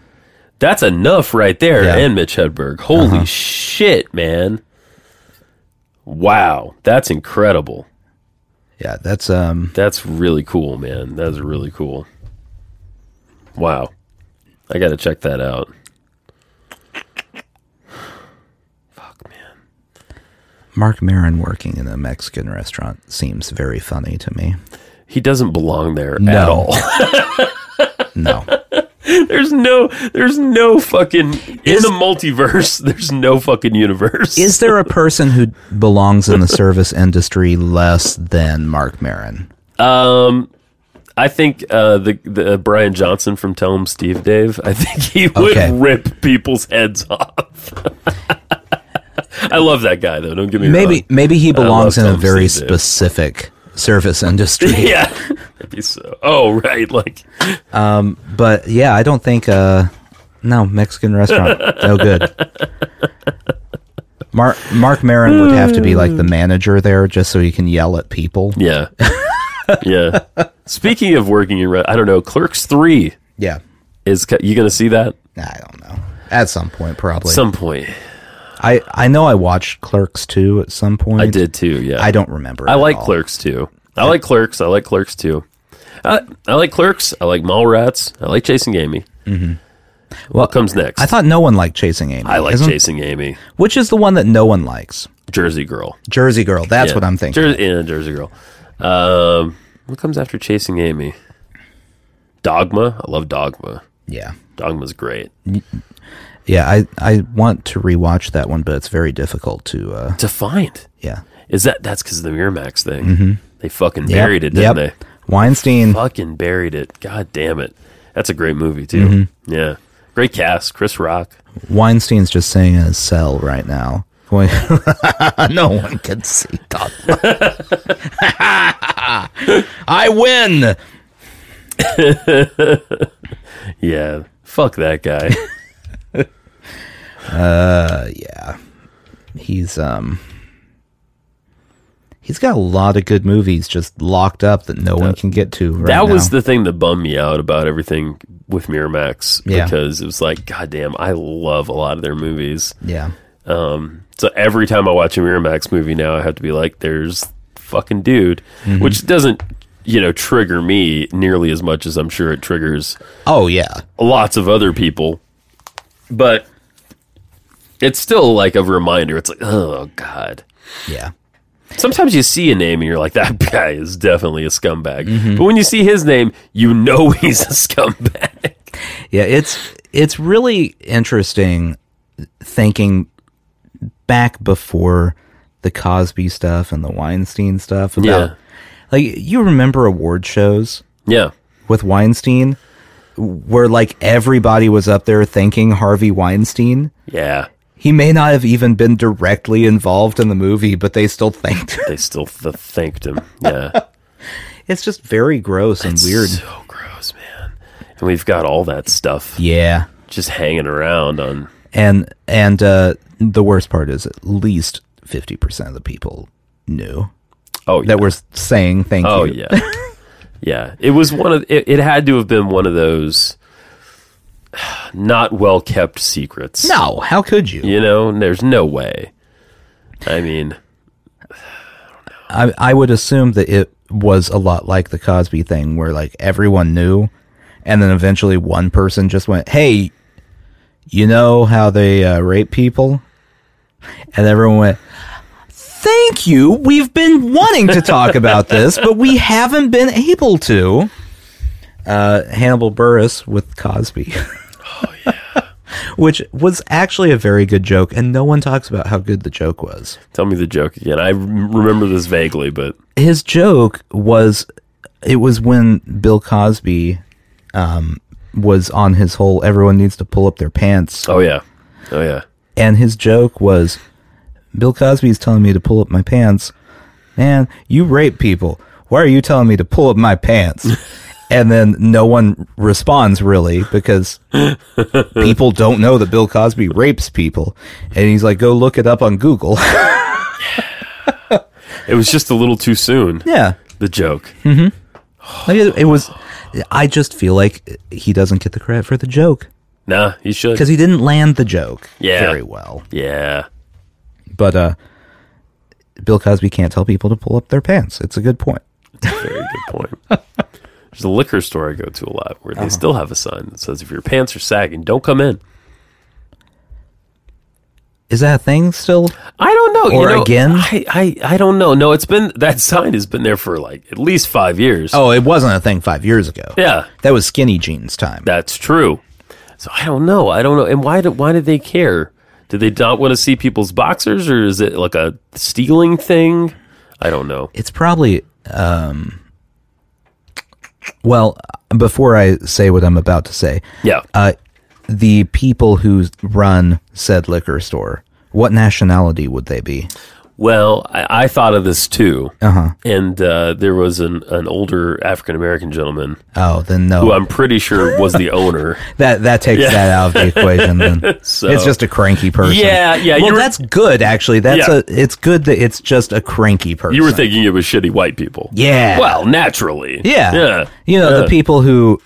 S1: That's enough right there.
S2: Yeah.
S1: And Mitch Hedberg. Holy shit, man! Wow, that's incredible.
S2: yeah, that's um
S1: That's really cool, man. That's really cool. Wow. I got to check that out. Fuck, man.
S2: Mark Marin working in a Mexican restaurant seems very funny to me.
S1: He doesn't belong there at
S2: No.
S1: all.
S2: No.
S1: there's no there's no fucking in the multiverse, there's no fucking universe.
S2: Is there a person who belongs in the service industry less than Mark Marin?
S1: I think uh, the the Brian Johnson from Tell Him Steve Dave. I think he would
S2: Okay.
S1: rip people's heads off. I love that guy though. Don't give me
S2: Maybe
S1: wrong.
S2: maybe he belongs in
S1: love
S2: a
S1: Tom
S2: very
S1: Steve Dave.
S2: specific service industry.
S1: yeah. Maybe so. Oh right, like
S2: But yeah, I don't think uh no, Mexican restaurant. No good. Mark Mark Marin would have to be like the manager there just so he can yell at people.
S1: Hmm. Yeah. yeah. Speaking of working in, re- I don't know, Clerks 3
S2: Yeah.
S1: is, ca- you going to see that?
S2: I don't know. At some point probably.
S1: some point.
S2: I I know I watched Clerks 2 at some point.
S1: I did too, yeah.
S2: I don't remember. it
S1: I
S2: at
S1: like
S2: all.
S1: Clerks too. I like Clerks. I like Clerks too. I, I like Clerks. I like Mallrats. I like Chasing Amy. Mm-hmm. what comes next?
S2: I thought no one liked Chasing Amy.
S1: I like
S2: Isn't-
S1: Chasing Amy.
S2: Which is the one that no one likes?
S1: Jersey Girl.
S2: Jersey Girl. That's
S1: Yeah.
S2: what I'm thinking.
S1: Jer- yeah, Jersey Girl. Um, what comes after Chasing Amy? Dogma. I love Dogma.
S2: yeah.
S1: Dogma's great.
S2: Yeah, I, I want to rewatch that one, but it's very difficult to uh
S1: To find.
S2: yeah.
S1: Is that that's because of the Miramax thing? They fucking buried it,
S2: Mm-hmm. Yep.
S1: didn't
S2: Weinstein Mm-hmm.
S1: they? Fucking buried it. God damn it. That's a great movie too. Yeah. Great cast, Chris Rock.
S2: Weinstein's just sitting in his cell right now. Going, no one can see Todd. I win.
S1: Yeah, fuck that guy.
S2: He's um. He's got a lot of good movies just locked up that no one can get to. Right
S1: that was
S2: now.
S1: the thing that bummed me out about everything with Miramax
S2: Yeah.
S1: because it was like, goddamn, I love a lot of their movies. Um,
S2: yeah.
S1: So every time I watch a Miramax movie now, I have to be like, "There's fucking dude,"
S2: Mm-hmm.
S1: which doesn't, you know, trigger me nearly as much as I'm sure it triggers
S2: Oh yeah.
S1: lots of other people. But it's still like a reminder. It's like, oh god.
S2: Yeah.
S1: Sometimes you see a name and you're like, that guy is definitely a scumbag.
S2: Mm-hmm.
S1: But when you see his name, you know he's a scumbag.
S2: Yeah, it's it's really interesting thinking back before the Cosby stuff and the Weinstein stuff about
S1: Yeah.
S2: like you remember award shows
S1: yeah.
S2: with Weinstein where like everybody was up there thanking Harvey Weinstein.
S1: Yeah.
S2: He may not have even been directly involved in the movie, but they still thanked him.
S1: They still th- thanked him. Yeah.
S2: It's just very gross and weird.
S1: So gross, man. And we've got all that stuff.
S2: Yeah.
S1: just hanging around on
S2: And and uh the worst part is at least 50% of the people knew.
S1: oh yeah.
S2: that were saying thank
S1: oh
S2: you.
S1: yeah yeah it was one of it, it had to have been one of those not well kept secrets
S2: No, how could you?
S1: you know And there's no way i mean
S2: I, I would assume that it was a lot like the Cosby thing where like everyone knew and then eventually one person just went, "Hey, you know how they uh, rape people?" And everyone went, "Thank you. We've been wanting to talk about this, but we haven't been able to." Uh, Hannibal Burris with Cosby. Which was actually a very good joke, and no one talks about how good the joke was.
S1: tell me the joke again i rem- remember this vaguely but
S2: his joke was it was when Bill Cosby um, was on his whole everyone needs to pull up their pants
S1: oh yeah oh yeah
S2: and his joke was Bill Cosby's telling me to pull up my pants man you rape people why are you telling me to pull up my pants and then no one responds really because people don't know that Bill Cosby rapes people and he's like go look it up on Google
S1: it was just a little too soon
S2: yeah
S1: the joke
S2: Like it, it was. I just feel like he doesn't get the credit for the joke
S1: nah you should
S2: because he didn't land the joke
S1: Yeah.
S2: very well.
S1: yeah
S2: But uh, Bill Cosby can't tell people to pull up their pants. It's a good point.
S1: very good point there's a liquor store i go to a lot where
S2: Uh-huh.
S1: they still have a sign that says if your pants are sagging don't come in
S2: Is that a thing still?
S1: I don't know.
S2: Or
S1: you know,
S2: again?
S1: I, I I don't know. No, it's been that sign has been there for like at least five years.
S2: Oh, it wasn't a thing five years ago.
S1: yeah,
S2: That was skinny jeans time.
S1: that's true. So I don't know. I don't know. And why do why do they care? Do they not want to see people's boxers, or is it like a stealing thing? I don't know.
S2: it's probably um well before i say what i'm about to say
S1: Yeah.
S2: uh the people who run said liquor store what nationality would they be
S1: Well, I, I thought of this too, uh-huh. and uh, there was an an older African American gentleman
S2: oh then
S1: who
S2: no
S1: I'm pretty sure was the owner.
S2: that that takes that out of the equation then
S1: So
S2: it's just a cranky person
S1: Yeah, yeah, you
S2: well
S1: were-
S2: that's good actually that's
S1: Yeah.
S2: a it's good that it's just a cranky person
S1: you were thinking it was shitty white people.
S2: Yeah.
S1: Well, naturally.
S2: Yeah.
S1: Yeah.
S2: You know,
S1: Yeah.
S2: the people who,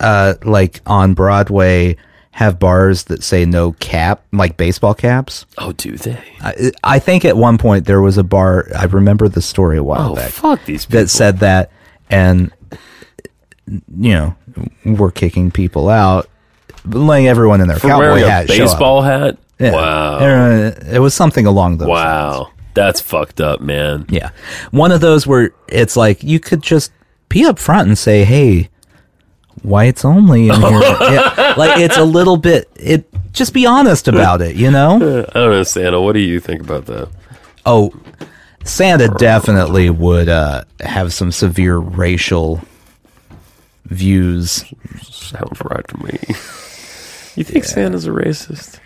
S2: uh, like on Broadway, have bars that say no cap, like baseball caps.
S1: Oh, do they?
S2: I, I think at one point there was a bar, I remember the story a while
S1: Oh,
S2: back,
S1: fuck these people.
S2: that said that, and, you know, we're kicking people out, letting everyone in their
S1: For
S2: cowboy
S1: wearing a
S2: hat. show up.
S1: baseball hat?
S2: Yeah.
S1: Wow.
S2: Everyone- It was something along those
S1: Wow. That's fucked up, man.
S2: Yeah. One of those where it's like you could just be upfront and say, "Hey, why it's only in here." Yeah. like it's a little bit it just be honest about it, you know?
S1: I don't know, Santa. What do you think about that?
S2: Oh, Santa definitely would uh have some severe racial views.
S1: Sounds right to me. You think Santa's a racist?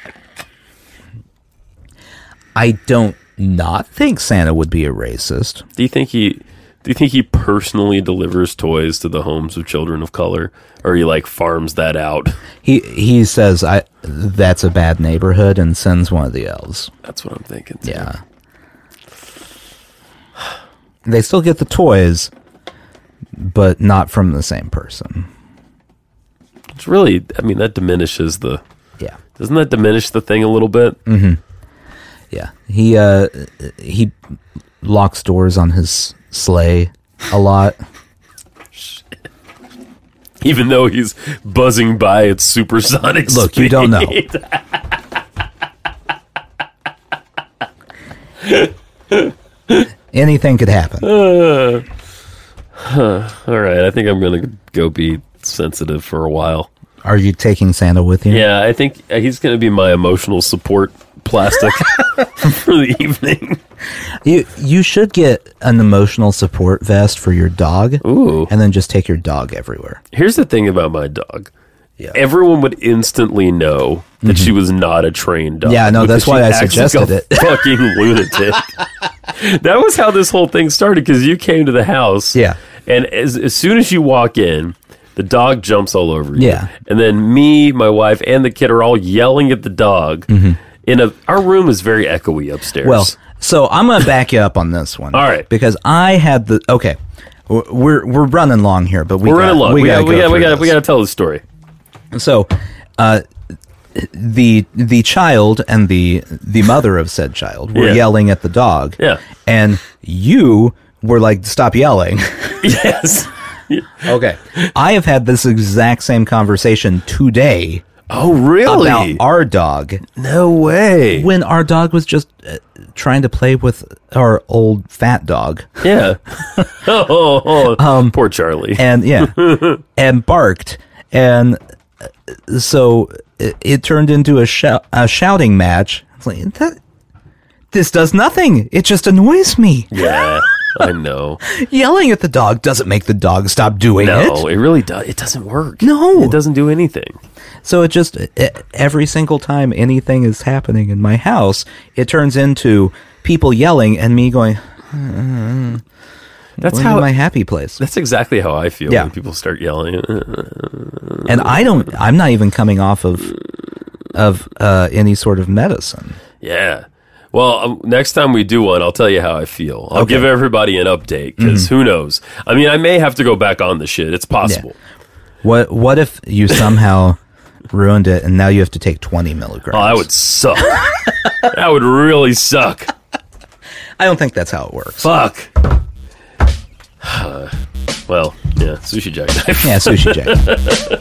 S2: I don't not think Santa would be a racist.
S1: Do you think he? Do you think he personally delivers toys to the homes of children of color, or he like farms that out?
S2: He he says I that's a bad neighborhood and sends one of the elves.
S1: That's what I'm thinking. too.
S2: Yeah. They still get the toys, but not from the same person.
S1: it's really. I mean, that diminishes the.
S2: Yeah.
S1: Doesn't that diminish the thing a little bit?
S2: Mm. Yeah. He uh he locks doors on his sleigh a lot.
S1: Even though he's buzzing by at supersonic
S2: Look, you don't know.
S1: speed.
S2: Anything could happen.
S1: All right, I think I'm gonna go be sensitive for a while.
S2: Are you taking Santa with you?
S1: Yeah, I think uh, he's gonna be my emotional support plastic for the evening.
S2: You you should get an emotional support vest for your dog
S1: Ooh.
S2: and then just take your dog everywhere.
S1: Here's the thing about my dog.
S2: Yeah. Mm-hmm.
S1: Everyone would instantly know that she was not a trained dog.
S2: Yeah, no,
S1: because
S2: that's why
S1: she
S2: I
S1: acts like
S2: suggested
S1: a
S2: it.
S1: Fucking lunatic. that was how this whole thing started because you came to the house.
S2: Yeah.
S1: And as, as soon as you walk in, the dog jumps all over you.
S2: Yeah.
S1: And then me, my wife, and the kid are all yelling at the dog. In a, our room is very echoey upstairs.
S2: Mm-hmm. Well, so I'm going to back you up on this one.
S1: All right.
S2: Because I had the okay. w- We're we're running long here, but we
S1: we're
S2: got,
S1: running low. We, got,
S2: gotta
S1: we got,
S2: go
S1: we
S2: through
S1: got, we
S2: this.
S1: got to tell the story.
S2: So, uh, the the child and the the mother of said child were
S1: Yeah.
S2: yelling at the dog.
S1: Yeah.
S2: And you were like, "Stop yelling."
S1: Yes.
S2: okay. I have had this exact same conversation today
S1: Oh, really?
S2: about our dog
S1: no way.
S2: when our dog was just uh, trying to play with our old fat dog.
S1: Yeah. oh, oh, oh. poor Charlie.
S2: Um, and yeah, and barked, and uh, so it, it turned into a, shou- a shouting match. It's like, that, this does nothing. It just annoys me.
S1: yeah, I know.
S2: Yelling at the dog doesn't make the dog stop doing
S1: No,
S2: it.
S1: it really does. It doesn't work.
S2: No.
S1: it doesn't do anything.
S2: So it just e- every single time anything is happening in my house, it turns into people yelling and me going,
S1: That's
S2: "When
S1: how.
S2: my happy place?"
S1: that's exactly how I feel
S2: Yeah.
S1: when people start yelling.
S2: And I don't. I'm not even coming off of of uh, any sort of medicine.
S1: yeah. Well, um, next time we do one, I'll tell you how I feel. I'll give everybody an update because
S2: Mm-hmm.
S1: who knows? I mean, I may have to go back on the shit. It's possible.
S2: What what if you somehow ruined it and now you have to take 20 milligrams?
S1: Oh, that would suck. that would really suck.
S2: I don't think that's how it works.
S1: Fuck. well, yeah, sushi jackknife.
S2: Yeah, sushi jack.